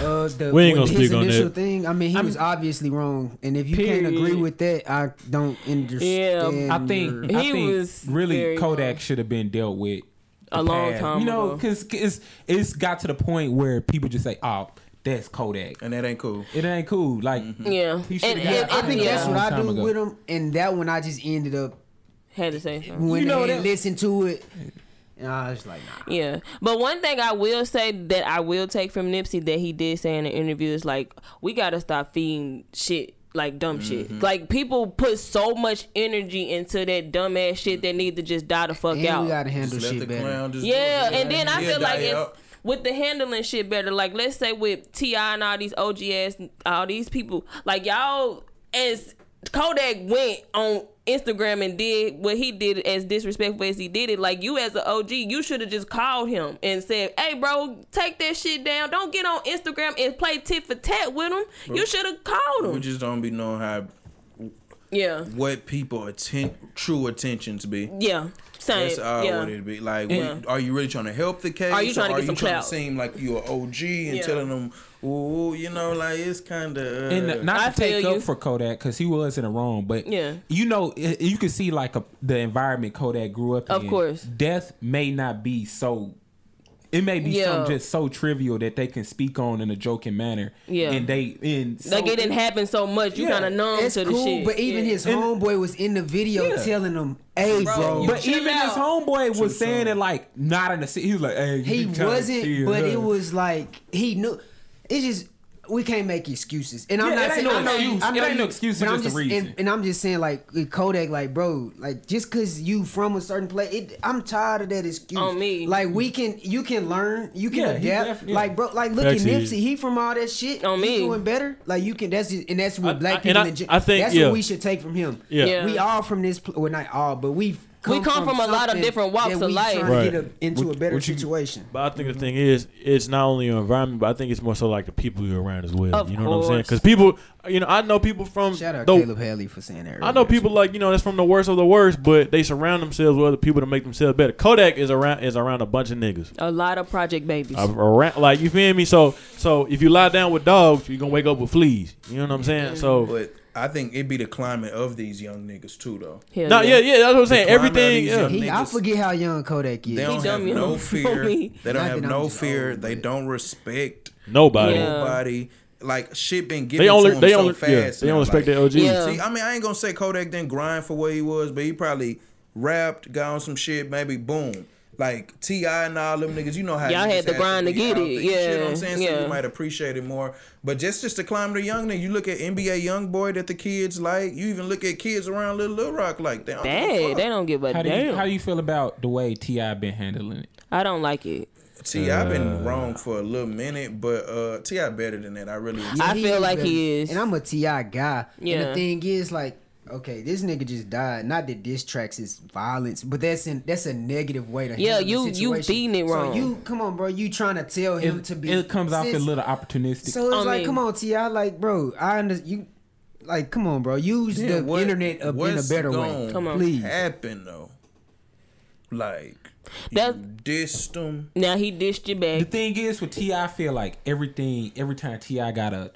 S5: Uh, the,
S4: We ain't
S5: with
S4: gonna
S5: his
S4: speak on
S5: initial
S4: that.
S5: thing. I mean, he was obviously wrong, and if you can't agree
S4: Period.
S5: with that, I don't understand.
S3: Yeah,
S1: I think I
S3: He
S1: think
S3: was
S1: really
S3: very
S1: Kodak
S3: wrong.
S1: should have been dealt with
S3: A
S1: the
S3: long time
S1: You know,
S3: ago.
S1: because it's it's got to the point where people just say, "Oh, that's Kodak."
S2: And that ain't cool.
S1: It ain't cool. Like
S3: yeah,
S1: He
S3: and,
S1: should've got
S3: and-
S1: out
S5: I
S1: of
S3: and-
S5: think
S1: there.
S3: yeah,
S5: that's what
S1: Long
S5: I
S1: time
S5: do
S1: ago.
S5: with him, and that one I just ended up
S3: had to say something.
S5: when
S1: You know
S5: I
S1: that-
S5: listened to it, and I was like, nah.
S3: Yeah, but one thing I will say that I will take from Nipsey that he did say in the interview is like we gotta stop feeding shit like dumb shit. Like people put so much energy into that dumb ass shit that need to just die the fuck
S5: And
S3: out.
S5: we gotta handle
S2: Just let the
S5: shit better.
S2: clown just do
S3: Yeah,
S2: it.
S3: and then I
S2: He'll
S3: feel like
S2: die
S3: it's
S2: out.
S3: with the handling shit better. Like let's say with Ti and all these OGs, all these people, like y'all as Kodak went on Instagram and did what he did as disrespectful as he did it. Like you as an OG, you should have just called him and said, "Hey, bro, take that shit down. Don't get on Instagram and play tit for tat with him. you should have called
S2: we
S3: him."
S2: just don't be knowing how
S3: yeah,
S2: what people atten- true attentions be.
S3: yeah, same.
S2: That's all
S3: yeah.
S2: what it be. Like,
S3: Yeah.
S2: we- are you really trying to help the case?
S3: Are you
S2: or
S3: trying to
S2: are
S3: get
S2: you
S3: some
S2: trying
S3: clout?
S2: to seem like you an OG and
S3: Yeah.
S2: telling them, ooh, you know, like it's uh," kind of.
S1: And not
S3: I
S1: to take
S3: feel you.
S1: up for Kodak because he was in the wrong, but
S3: Yeah.
S1: you know, i- you can see like a, the environment Kodak grew up
S3: Of
S1: in.
S3: course.
S1: death may not be so. It may be
S3: Yeah.
S1: something just so trivial that they can speak on in a joking manner.
S3: Yeah.
S1: and they in so,
S3: Like it didn't happen so much. You
S1: Yeah,
S3: kind of numb
S5: It's
S3: to the
S5: cool,
S3: shit.
S5: but even
S3: Yeah.
S5: his homeboy was in the video
S1: Yeah.
S5: telling him, "Hey,
S3: Bro,
S5: bro."
S3: you
S1: But
S3: Chill
S1: even
S3: out.
S1: his homeboy was saying it like not in the city. He was like, "Hey,
S5: he wasn't, but it
S1: was.
S5: was like he knew. It's just we can't make excuses, and I'm
S1: Yeah, it
S5: not
S1: ain't
S5: saying
S1: no
S5: I know you-
S1: excuse.
S5: I know
S1: It ain't
S5: you-
S1: no excuse,
S5: but
S1: it's
S5: I'm
S1: just a
S5: and-
S1: reason.
S5: And, I'm just saying, like with Kodak, like bro, like just cause you from a certain place, it, I'm tired of that excuse.
S3: On me.
S5: like we can, you can learn, you can
S1: Yeah, he
S5: adapt.
S1: def- yeah.
S5: Like bro, like look
S4: Back
S5: at
S4: to you.
S5: Nipsey, he from all that shit.
S3: On
S5: he
S3: me.
S5: doing better. Like you can. That's just, and that's what
S4: I-
S5: black
S4: I- and
S5: people.
S4: I-
S5: in gen-
S4: I think,
S5: that's
S4: yeah.
S5: what we should take from him.
S4: Yeah.
S3: Yeah.
S5: we all from this. pl- Well, not all, but we've.
S3: We come from a lot of
S5: something
S3: different walks
S5: that
S3: of
S5: we
S3: life.
S5: trying to
S4: Right.
S5: get a- into
S1: What-
S5: a better
S1: what you-
S5: situation.
S4: But I think the thing is, it's not only your environment, but I think it's more so like the people you're around as well.
S3: Of
S4: you know what I'm saying?
S3: course.
S4: Because people, you know, I know people from
S5: Shout out
S4: the-
S5: Caleb Haley for saying that.
S4: I know
S5: earlier,
S4: people like you know that's from the worst of the worst, but they surround themselves with other people to make themselves better. Kodak is around is around a bunch of niggas.
S3: a lot of project babies.
S4: A- Around like you feel me? So so if you lie down with dogs, you're gonna wake up with fleas. You know what I'm saying? So
S2: but I think it'd be the climate of these young niggas, too, though.
S3: Hell
S4: no, yeah, yeah, that's what
S2: The
S4: I'm saying.
S2: climate of
S4: Everything,
S2: these
S4: yeah.
S2: young
S5: too. He, I
S2: niggas.
S5: forget how young Kodak is.
S2: They don't
S3: dumb
S2: have
S3: young
S2: no
S3: for
S2: fear.
S3: me.
S2: They don't
S5: Not
S2: have
S5: that I'm
S2: no
S5: just
S2: fear.
S5: old,
S2: They
S5: but-
S2: don't respect
S4: nobody.
S3: Yeah.
S2: nobody. Like shit been given
S4: They only
S2: to them
S4: they
S2: so
S4: only
S2: fast.
S4: yeah, they
S2: now,
S4: don't respect
S2: like-
S4: their OGs.
S3: Yeah.
S2: See, I mean, I ain't gonna say Kodak didn't grind for where he was, but he probably rapped, got on some shit, maybe boom. Like Ti and all them niggas, you know how
S3: Y'all
S2: niggas
S3: had to grind to
S2: be
S3: get
S2: out
S3: it,
S2: there. you know what
S3: yeah,
S2: I'm saying. So
S3: yeah.
S2: you might appreciate it more, but just just to climb the young nigga, you look at NBA young boy that the kids like. You even look at kids around Little Little Rock like that.
S3: Dang, they don't give a
S1: How do you,
S3: damn.
S1: how do you feel about the way Ti been handling it?
S3: I don't like it.
S2: Ti, I've
S4: Uh,
S2: been wrong for a little minute, but uh Ti better than that. I really.
S5: Yeah,
S3: I
S5: he
S3: feel like
S5: better.
S3: he is.
S5: And I'm a Ti guy. And
S3: Yeah.
S5: the thing is, like, okay, this nigga just died. Not that this tracks his violence, but that's in that's a negative way to
S3: Yeah,
S5: handle
S3: you-
S5: the
S3: you
S5: situation.
S3: feeding it wrong.
S5: So you come on, bro. You trying to tell him
S1: It,
S5: Um, to be?
S1: it comes off a
S5: since-
S1: little opportunistic.
S5: So it's
S3: I
S5: like,
S3: mean-
S5: come on, Ti. Like, bro, I under you. Like, come on, bro. Use
S2: Yeah,
S5: the
S2: what-
S5: internet up in a
S2: what's
S5: better way,
S2: gonna
S3: Come on.
S5: please.
S2: happen though. Like
S3: That-
S2: you dissed them.
S3: Now he dished you
S1: the
S3: back.
S1: thing is with Ti, I feel like everything every time Ti gotta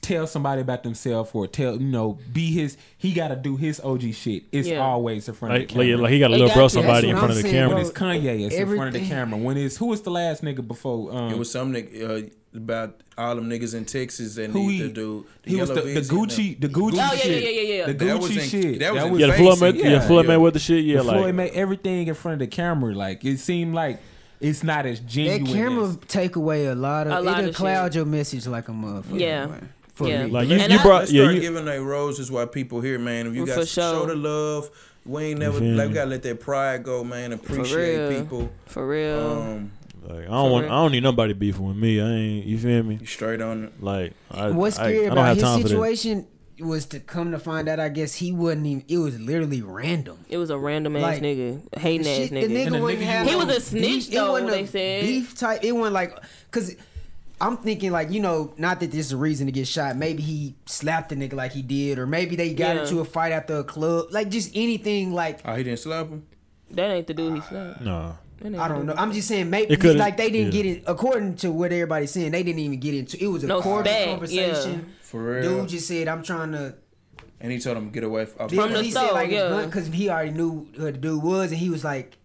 S1: tell somebody about themselves or tell you know be his he gotta do his OG shit. It's
S3: Yeah.
S1: always in front of
S4: Like,
S1: the camera.
S4: like, like he got a
S3: They
S4: little
S3: got
S4: bro
S3: you.
S4: somebody
S5: That's
S4: in
S5: what
S4: front of
S5: I'm
S4: the
S5: saying,
S1: when
S4: camera.
S1: it's Kanye, it's in front of the
S5: everything-
S1: camera. When it's who was the last nigga before? Um,
S2: It was some nigga uh, about all them niggas in Texas that
S1: who
S2: need
S1: he,
S2: to do.
S1: he was the, the Gucci, the Gucci
S3: yeah, yeah,
S1: shit.
S3: yeah, yeah, yeah.
S1: The
S2: That was
S1: Gucci
S2: in-
S1: shit.
S2: that was in
S4: Yeah, the Floyd, May,
S2: Facing,
S4: yeah,
S2: yeah,
S4: Floyd
S2: yeah.
S4: Mayweather shit. Yeah,
S1: The Floyd
S4: like
S1: made everything in front of the camera. Like it seemed like it's not as
S5: That
S1: genuine.
S5: camera
S1: as-
S5: take away a lot
S3: A
S5: of.
S3: lot
S5: it'll
S3: of
S5: cloud
S3: shit.
S5: your message like a motherfucker.
S3: Yeah.
S5: man. For
S3: Yeah.
S5: me.
S4: like you,
S3: And
S4: you
S3: I-
S4: brought
S2: Let's
S4: yeah
S2: start
S4: you,
S2: giving they roses while people here, man. If you
S3: For
S2: guys show
S3: sure.
S2: the love, we ain't never
S4: feel
S2: like we
S4: me?
S2: gotta let that pride go, man. Appreciate
S3: real. Uh.
S2: people.
S3: For real.
S5: Uh,
S2: Um,
S4: Like, I don't want. I don't need nobody beefing with me. I ain't. You feel me?
S2: straight on. it.
S4: Like, I,
S5: What's
S4: I,
S5: scary
S4: I don't
S5: about
S4: have
S5: his
S4: time for that.
S5: situation? was to come to find out, I guess he wasn't even. It was literally random.
S3: It was a random ass
S5: Like,
S3: nigga, hating ass
S5: Shit,
S3: nigga.
S5: The
S1: And the
S5: nigga wouldn't
S1: nigga
S5: have
S1: you-
S3: He was
S5: no
S3: a snitch,
S5: beef.
S3: though,
S5: It wasn't
S3: they
S5: a
S3: said.
S5: beef type. It wasn't like because I'm thinking like you know, not that this is a reason to get shot. Maybe he slapped the nigga like he did, or maybe they got
S3: Yeah.
S5: into a fight after a club. Like just anything. Like
S2: Oh, he didn't slap him.
S3: that ain't the dude he slapped.
S4: Nah.
S3: That ain't
S5: I
S3: the
S5: don't
S3: dude.
S5: know. I'm just saying
S4: It
S5: maybe
S4: could've-
S5: like they didn't
S4: yeah.
S5: get it according to what everybody's saying. They didn't even get into. It was a
S3: No,
S5: cordial
S3: bad,
S5: conversation.
S2: For real.
S5: Dude just said, "I'm trying to."
S2: And he told him get away from.
S5: From
S3: the
S5: he
S3: stove,
S5: said like
S3: yeah.
S5: because he already knew who the dude was, and he was like,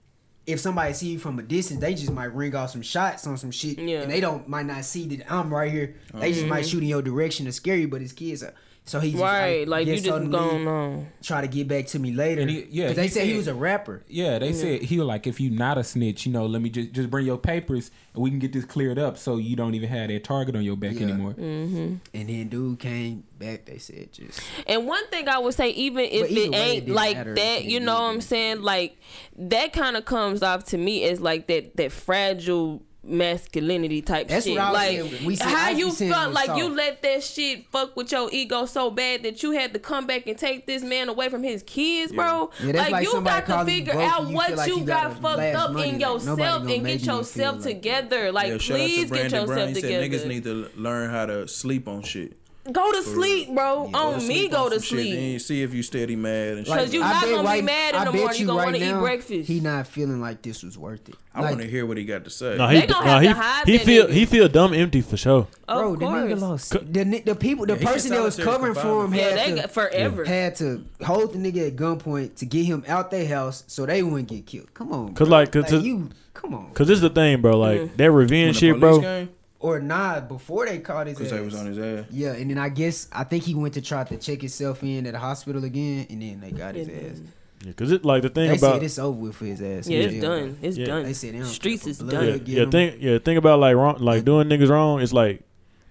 S5: if somebody see you from a distance, they just might ring off some shots on some shit,
S3: Yeah. Mm-hmm.
S5: and they don't might not see that I'm right here. They just might shoot in your direction to scare you, but it's kids. Are, so he just,
S3: Right, like you
S5: guess
S3: just
S5: told
S3: gone
S5: me,
S3: on.
S5: Try to get back to me later.
S1: And he- yeah,
S5: 'Cause they
S1: he
S5: said he
S1: said-
S5: was a rapper.
S1: Yeah, they said he was like, if you not a snitch, you know, let me just just bring your papers and we can get this cleared up, so you don't even have that target on your back
S5: Yeah.
S1: anymore.
S5: And then dude came back. They said just
S3: And one thing I would say, even if
S5: But either
S3: it
S5: way, it
S3: ain't
S5: didn't
S3: like
S5: matter
S3: that,
S5: if it
S3: you know what I'm
S5: didn't.
S3: saying? Like that kind of comes off to me as like that that fragile masculinity type
S5: That's
S3: shit.
S5: what I was
S3: like
S5: saying. We said-
S3: how
S5: I was
S3: you
S5: saying it
S3: felt
S5: was
S3: like you
S5: soft.
S3: let that shit fuck with your ego so bad that you had to come back and take this man away from his kids, bro.
S5: Yeah, that's like
S3: you
S5: somebody
S3: got to
S5: calling you
S3: figure
S5: broke
S3: out
S5: and you
S3: what
S5: feel like
S3: you
S5: you
S3: got
S5: gotta
S3: fucked
S5: last
S3: up
S5: money.
S3: in
S5: Like, nobody
S3: yourself
S5: gonna
S3: and
S5: make
S3: get
S5: you feel
S3: yourself
S5: like that.
S3: together. Like
S2: Yeah, shout out to
S3: please get
S2: Brandon
S3: yourself
S2: Brown. He said
S3: together.
S2: niggas need to learn how to sleep on shit.
S3: go to sleep, bro.
S2: Go to
S3: on me,
S2: sleep
S3: go
S2: on
S3: to
S2: some shit,
S3: sleep.
S2: then you see if you steady mad and shit.
S3: Like, 'Cause you
S5: I
S3: not
S5: bet
S3: gonna be mad in
S5: I
S3: the
S5: bet
S3: morning,
S5: you
S3: you gonna wanna eat breakfast.
S5: He not feeling like this was worth it.
S2: I
S5: like,
S2: want to hear what he got to say.
S4: No, he,
S3: They gonna
S4: nah,
S3: have to
S4: he-
S3: hide
S4: he
S3: that
S4: feel
S3: nigga. Oh.
S4: he feel dumb empty for sure.
S5: Bro,
S3: Of
S5: the nigga
S3: course.
S5: lost. The, ni- the people, the
S2: Yeah, he
S5: person that was
S2: solitary
S5: covering for him
S2: confinement.
S5: had
S3: Yeah, they
S5: to
S3: got forever.
S5: had to hold the nigga at gunpoint to get him out their house so they wouldn't get killed. Come on,
S4: Cause
S5: bro.
S4: like, cause, to-
S5: you, come on,
S4: cause this is the thing, bro. Like
S3: Mm.
S4: that
S2: When
S4: revenge
S2: the
S4: shit,
S2: police
S4: bro.
S2: came,
S5: or nah. Before they caught his
S2: Cause
S5: ass,
S2: they was on his ass.
S5: yeah. And then I guess I think he went to try to check himself in at the hospital again, and then they got his ass.
S4: Yeah, Cause it like the thing
S5: They
S4: about
S5: said it's over with for his ass.
S3: Yeah,
S5: He
S3: it's
S5: dead.
S3: done. It's
S4: Yeah.
S3: done.
S5: They said they don't
S3: Streets
S5: care
S3: is
S5: for
S3: done.
S5: blood.
S4: yeah,
S5: get
S4: yeah
S5: him.
S4: think yeah think about like wrong like doing niggas wrong. It's like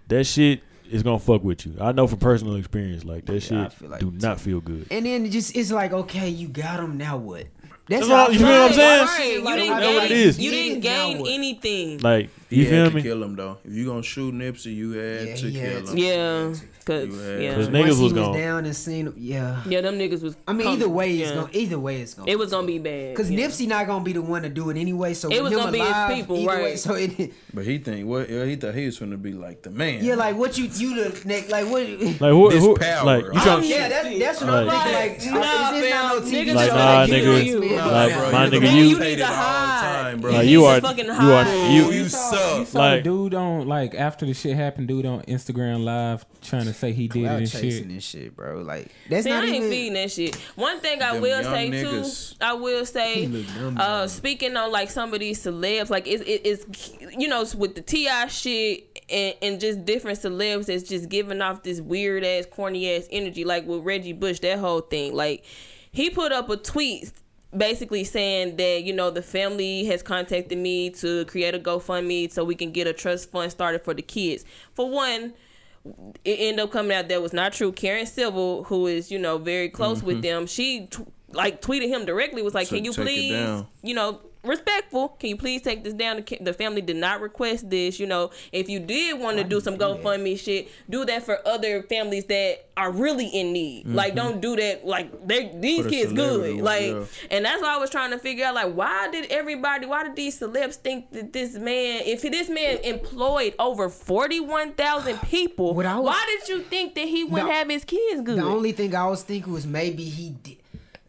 S4: that shit is gonna fuck with you. I know from personal experience. Like that
S5: Yeah, I
S4: shit
S5: feel like
S4: do
S5: too.
S4: not feel good.
S5: And then it just it's like, okay, you got him. Now what?
S4: That's all-
S5: how I
S4: you
S5: feel.
S4: feel what I'm saying?
S3: Right.
S5: Like,
S3: you didn't
S5: I
S4: know
S3: gain,
S4: what it is.
S3: You didn't
S5: Now
S3: gain
S5: what?
S3: anything.
S4: Like
S2: He
S4: you
S2: had
S4: feel
S2: to
S4: me?
S2: kill him though. If you gonna shoot Nipsey, you had
S5: Yeah,
S2: to
S5: he
S2: kill
S5: had
S2: him.
S5: to.
S3: yeah, cause
S2: You had-
S3: yeah,
S4: Cause
S5: Once
S4: niggas
S5: he
S4: was
S5: was
S4: gone.
S5: down and seen. Yeah,
S3: yeah, them niggas was.
S5: I mean,
S3: coming.
S5: either way, it's
S3: Yeah.
S5: gonna. Either way, it's gonna.
S3: It was gonna be bad.
S5: Cause
S3: yeah.
S5: Nipsey not gonna be the one to do it anyway. So
S3: It was
S5: him
S3: gonna be his
S5: alive,
S3: people,
S5: either way,
S3: right.
S5: so it,
S2: But he think what? Yeah, he thought he was gonna be like the man.
S5: yeah, like what you you the next like what?
S4: Like who?
S2: This
S4: who
S2: power.
S4: like you
S2: I'm
S3: Oh,
S4: trying?
S5: yeah, that, that's what
S4: Like-
S5: I'm thinking. Like,
S3: Nah,
S5: is this not no
S3: fam,
S5: TV
S3: niggas
S5: show?
S4: Like, nah,
S5: you
S4: nigga,
S5: know what I'm saying?
S4: like,
S2: bro,
S4: my
S2: you're the
S4: nigga,
S2: most
S4: you-
S2: hated
S4: You
S3: need to
S2: all the
S3: hide.
S2: time,
S4: Like
S3: He
S4: you
S3: needs
S4: are
S3: to fucking
S4: you
S3: hide.
S4: are
S2: you,
S4: you.
S1: You
S2: suck.
S1: saw
S4: Like-
S1: the dude on like after the shit happened, dude on Instagram live trying to say he did it
S5: Clout
S1: and
S5: chasing
S1: shit.
S5: and shit, bro. Like that's
S3: See,
S5: not
S3: I ain't
S5: even.
S3: feeding that shit. One thing I
S2: Them
S3: will
S2: young
S3: say
S2: niggas.
S3: too, I will say, uh, speaking on like some of these celebs, like it, it, it's you know it's with the Ti shit and, and just different celebs that's just giving off this weird ass corny ass energy. Like with Reggie Bush, that whole thing. Like he put up a tweet basically saying that you know the family has contacted me to create a GoFundMe so we can get a trust fund started for the kids. For one it ended up coming out that was not true. Karen Civil, who is you know very close with them, she t- like tweeted him directly. Was like,
S2: So
S3: "Can you
S2: Mm-hmm. take it
S3: please,
S2: down.
S3: you know, respectful? Can you please take this down?" The ki- The family did not request this. You know, if you did want to do some GoFundMe shit, do that for other families that are really in need. Like, don't do that. Like, they these
S2: Mm-hmm. the
S3: kids
S2: celebrity
S3: good.
S2: ones,
S3: Like,
S2: yeah.
S3: and that's why I was trying to figure out, like, why did everybody, why did these celebs think that this man, if this man employed over 41,000 people,
S5: What I was-
S3: why did you think that he wouldn't
S5: The-
S3: have his kids good?
S5: The only thing I was thinking was maybe he did.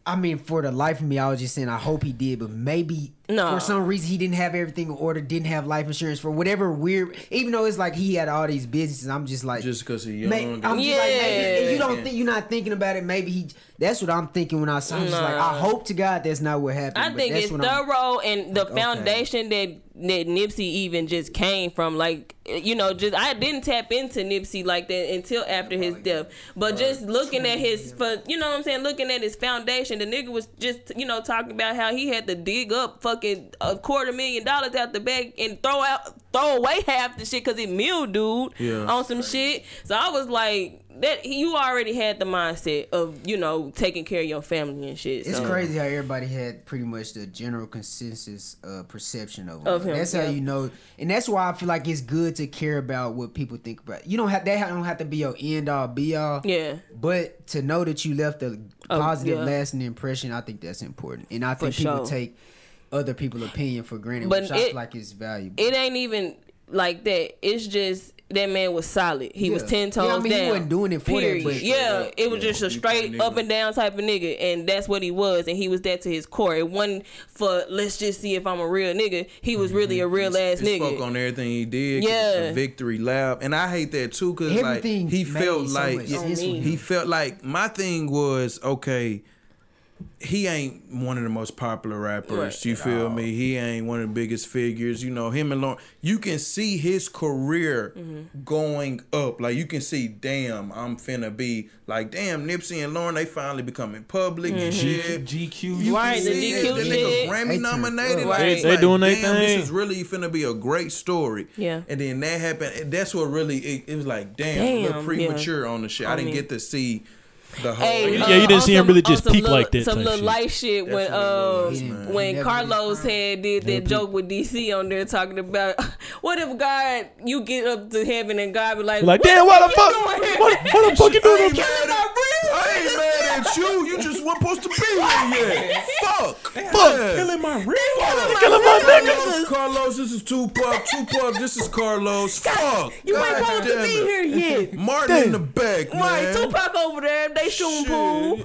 S5: I mean, for the life of me, I was just saying I hope he did, but maybe
S3: No.
S5: for some reason he didn't have everything in order, didn't have life insurance for whatever weird. Even though it's like he had all these businesses, I'm just like
S2: Just 'cause he
S5: Ma-
S2: young.
S5: I'm just like maybe if you
S2: Yeah.
S5: don't think you're not thinking about it. Maybe he. That's what I'm thinking when I saw. I'm just like
S3: Nah.
S5: I hope to God that's not what happened.
S3: I
S5: but
S3: think
S5: that's
S3: it's
S5: what I'm-
S3: thorough and the
S5: okay.
S3: foundation that that Nipsey even just came from. Like you know, just I didn't tap into Nipsey like that until after his death. But just looking at his, for you know what I'm saying, looking at his foundation, the nigga was just you know talking about how he had to dig up fucking a quarter million dollars out the bag and throw out throw away half the shit because it mildewed
S2: Yeah.
S3: on some shit. So I was like. that you already had the mindset of you know taking care of your family and shit.
S5: It's
S3: so.
S5: crazy how everybody had pretty much the general consensus uh, perception of him.
S3: Of him,
S5: that's
S3: yeah.
S5: how you know, and that's why I feel like it's good to care about what people think about. You don't have that don't have to be your end all be all.
S3: Yeah.
S5: But to know that you left a
S3: Oh,
S5: positive
S3: yeah.
S5: lasting impression, I think that's important, and I
S3: For
S5: think people
S3: sure.
S5: take other people's opinion for granted,
S3: But
S5: which I
S3: it-
S5: feel like is valuable.
S3: It ain't even like that. It's just that man was solid. He was
S5: Yeah.
S3: ten toes
S5: Yeah, I mean, he
S3: down.
S5: wasn't doing it for that,
S3: period.
S5: but-
S3: yeah, it was
S2: Yeah,
S3: just a
S2: he
S3: straight
S2: couldn't
S3: up
S2: either.
S3: and down type of nigga, and that's what he was. And he was that to his core. It wasn't for let's just see if I'm a real nigga. He was really a real ass
S2: Mm-hmm. He
S3: nigga.
S2: spoke on everything he did.
S3: Yeah.
S2: the victory lap, and I hate that too because like
S5: Everything
S2: he
S5: made
S2: felt
S5: so
S2: like
S5: much sense
S3: with
S2: he felt like my thing was okay. He ain't one of the most popular rappers.
S3: Right.
S2: you feel me? He ain't one of the biggest figures. You know him and Lauren. You can see his career
S3: Mm-hmm.
S2: going up. Like you can see, damn, I'm finna be like, damn, Nipsey and Lauren. They finally becoming public and shit.
S1: GQ.
S2: You
S3: Mm-hmm. Right,
S2: can
S3: the
S2: see
S3: GQ
S2: it. The nigga
S3: shit.
S5: They
S2: Grammy
S5: turned
S2: nominated.
S5: up.
S2: Like,
S3: Right.
S2: it's
S4: They
S2: like,
S4: doing they
S2: damn,
S4: thing.
S2: This is really finna be a great story.
S3: Yeah.
S2: And then that happened. and That's what really it, it was like. Damn,
S3: Damn,
S2: look
S3: yeah.
S2: premature on the shit. I,
S3: I
S2: didn't
S3: mean-
S2: get to see the whole.
S3: Hey,
S4: Yeah,
S3: uh,
S4: you didn't
S3: on
S4: see him
S3: some-
S4: really
S3: on
S4: just
S3: some
S4: peak
S3: little-
S4: like that
S3: Some
S4: type
S3: little
S4: shit.
S3: life shit
S2: That's
S3: when
S2: what it
S3: um
S2: was, man.
S3: when
S5: Never
S3: Carlos
S5: did
S3: had did that joke with DC on there talking about what if God you get up to heaven and God be like,
S4: Like,
S3: what
S4: damn, why the
S3: you doing
S4: fuck?
S3: here?"
S4: What, what the fuck you
S2: I
S4: doing?
S2: ain't
S4: to me?
S2: mad at- I ain't mad at you. You just weren't supposed to be here yet. Fuck.
S4: Fuck.
S2: Yeah.
S1: Killing my real.
S4: Killing my niggas.
S2: Carlos, Carlos, this is Tupac. Tupac, this is Carlos. Fuck.
S3: You ain't
S2: God
S3: supposed to
S2: damn
S3: be
S2: it.
S3: here yet.
S2: Martin in the back, man.
S3: Right, Tupac over there, they shooting pool.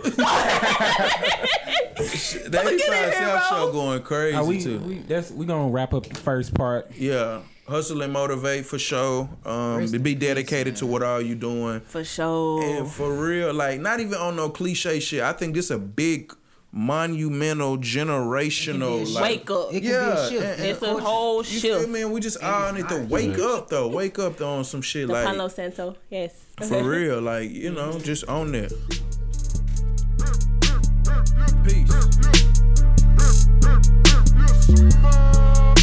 S2: They probably
S3: Look at it,
S2: South
S3: bro.
S2: Show going crazy
S1: Nah, we,
S2: too.
S1: we that's we gonna wrap up the first part.
S2: yeah, hustle and motivate for sure. Um,
S5: Rest
S2: be
S5: in peace, Oh.
S2: dedicated to what all you doing.
S3: For sure.
S2: And for real, like not even on no cliche shit. I think this a big monumental generational like
S3: Wake up.
S5: It can be
S2: Yeah,
S5: a shift.
S2: and-
S5: in
S3: It's
S5: the
S3: a
S5: culture.
S3: whole
S2: You feel
S3: shift.
S2: me? And we just all need to wake up though. Wake up though on some shit
S3: The
S2: like
S3: Palo Santo, yes.
S2: for real. Like, you know, just on that. Peace.
S6: Smile.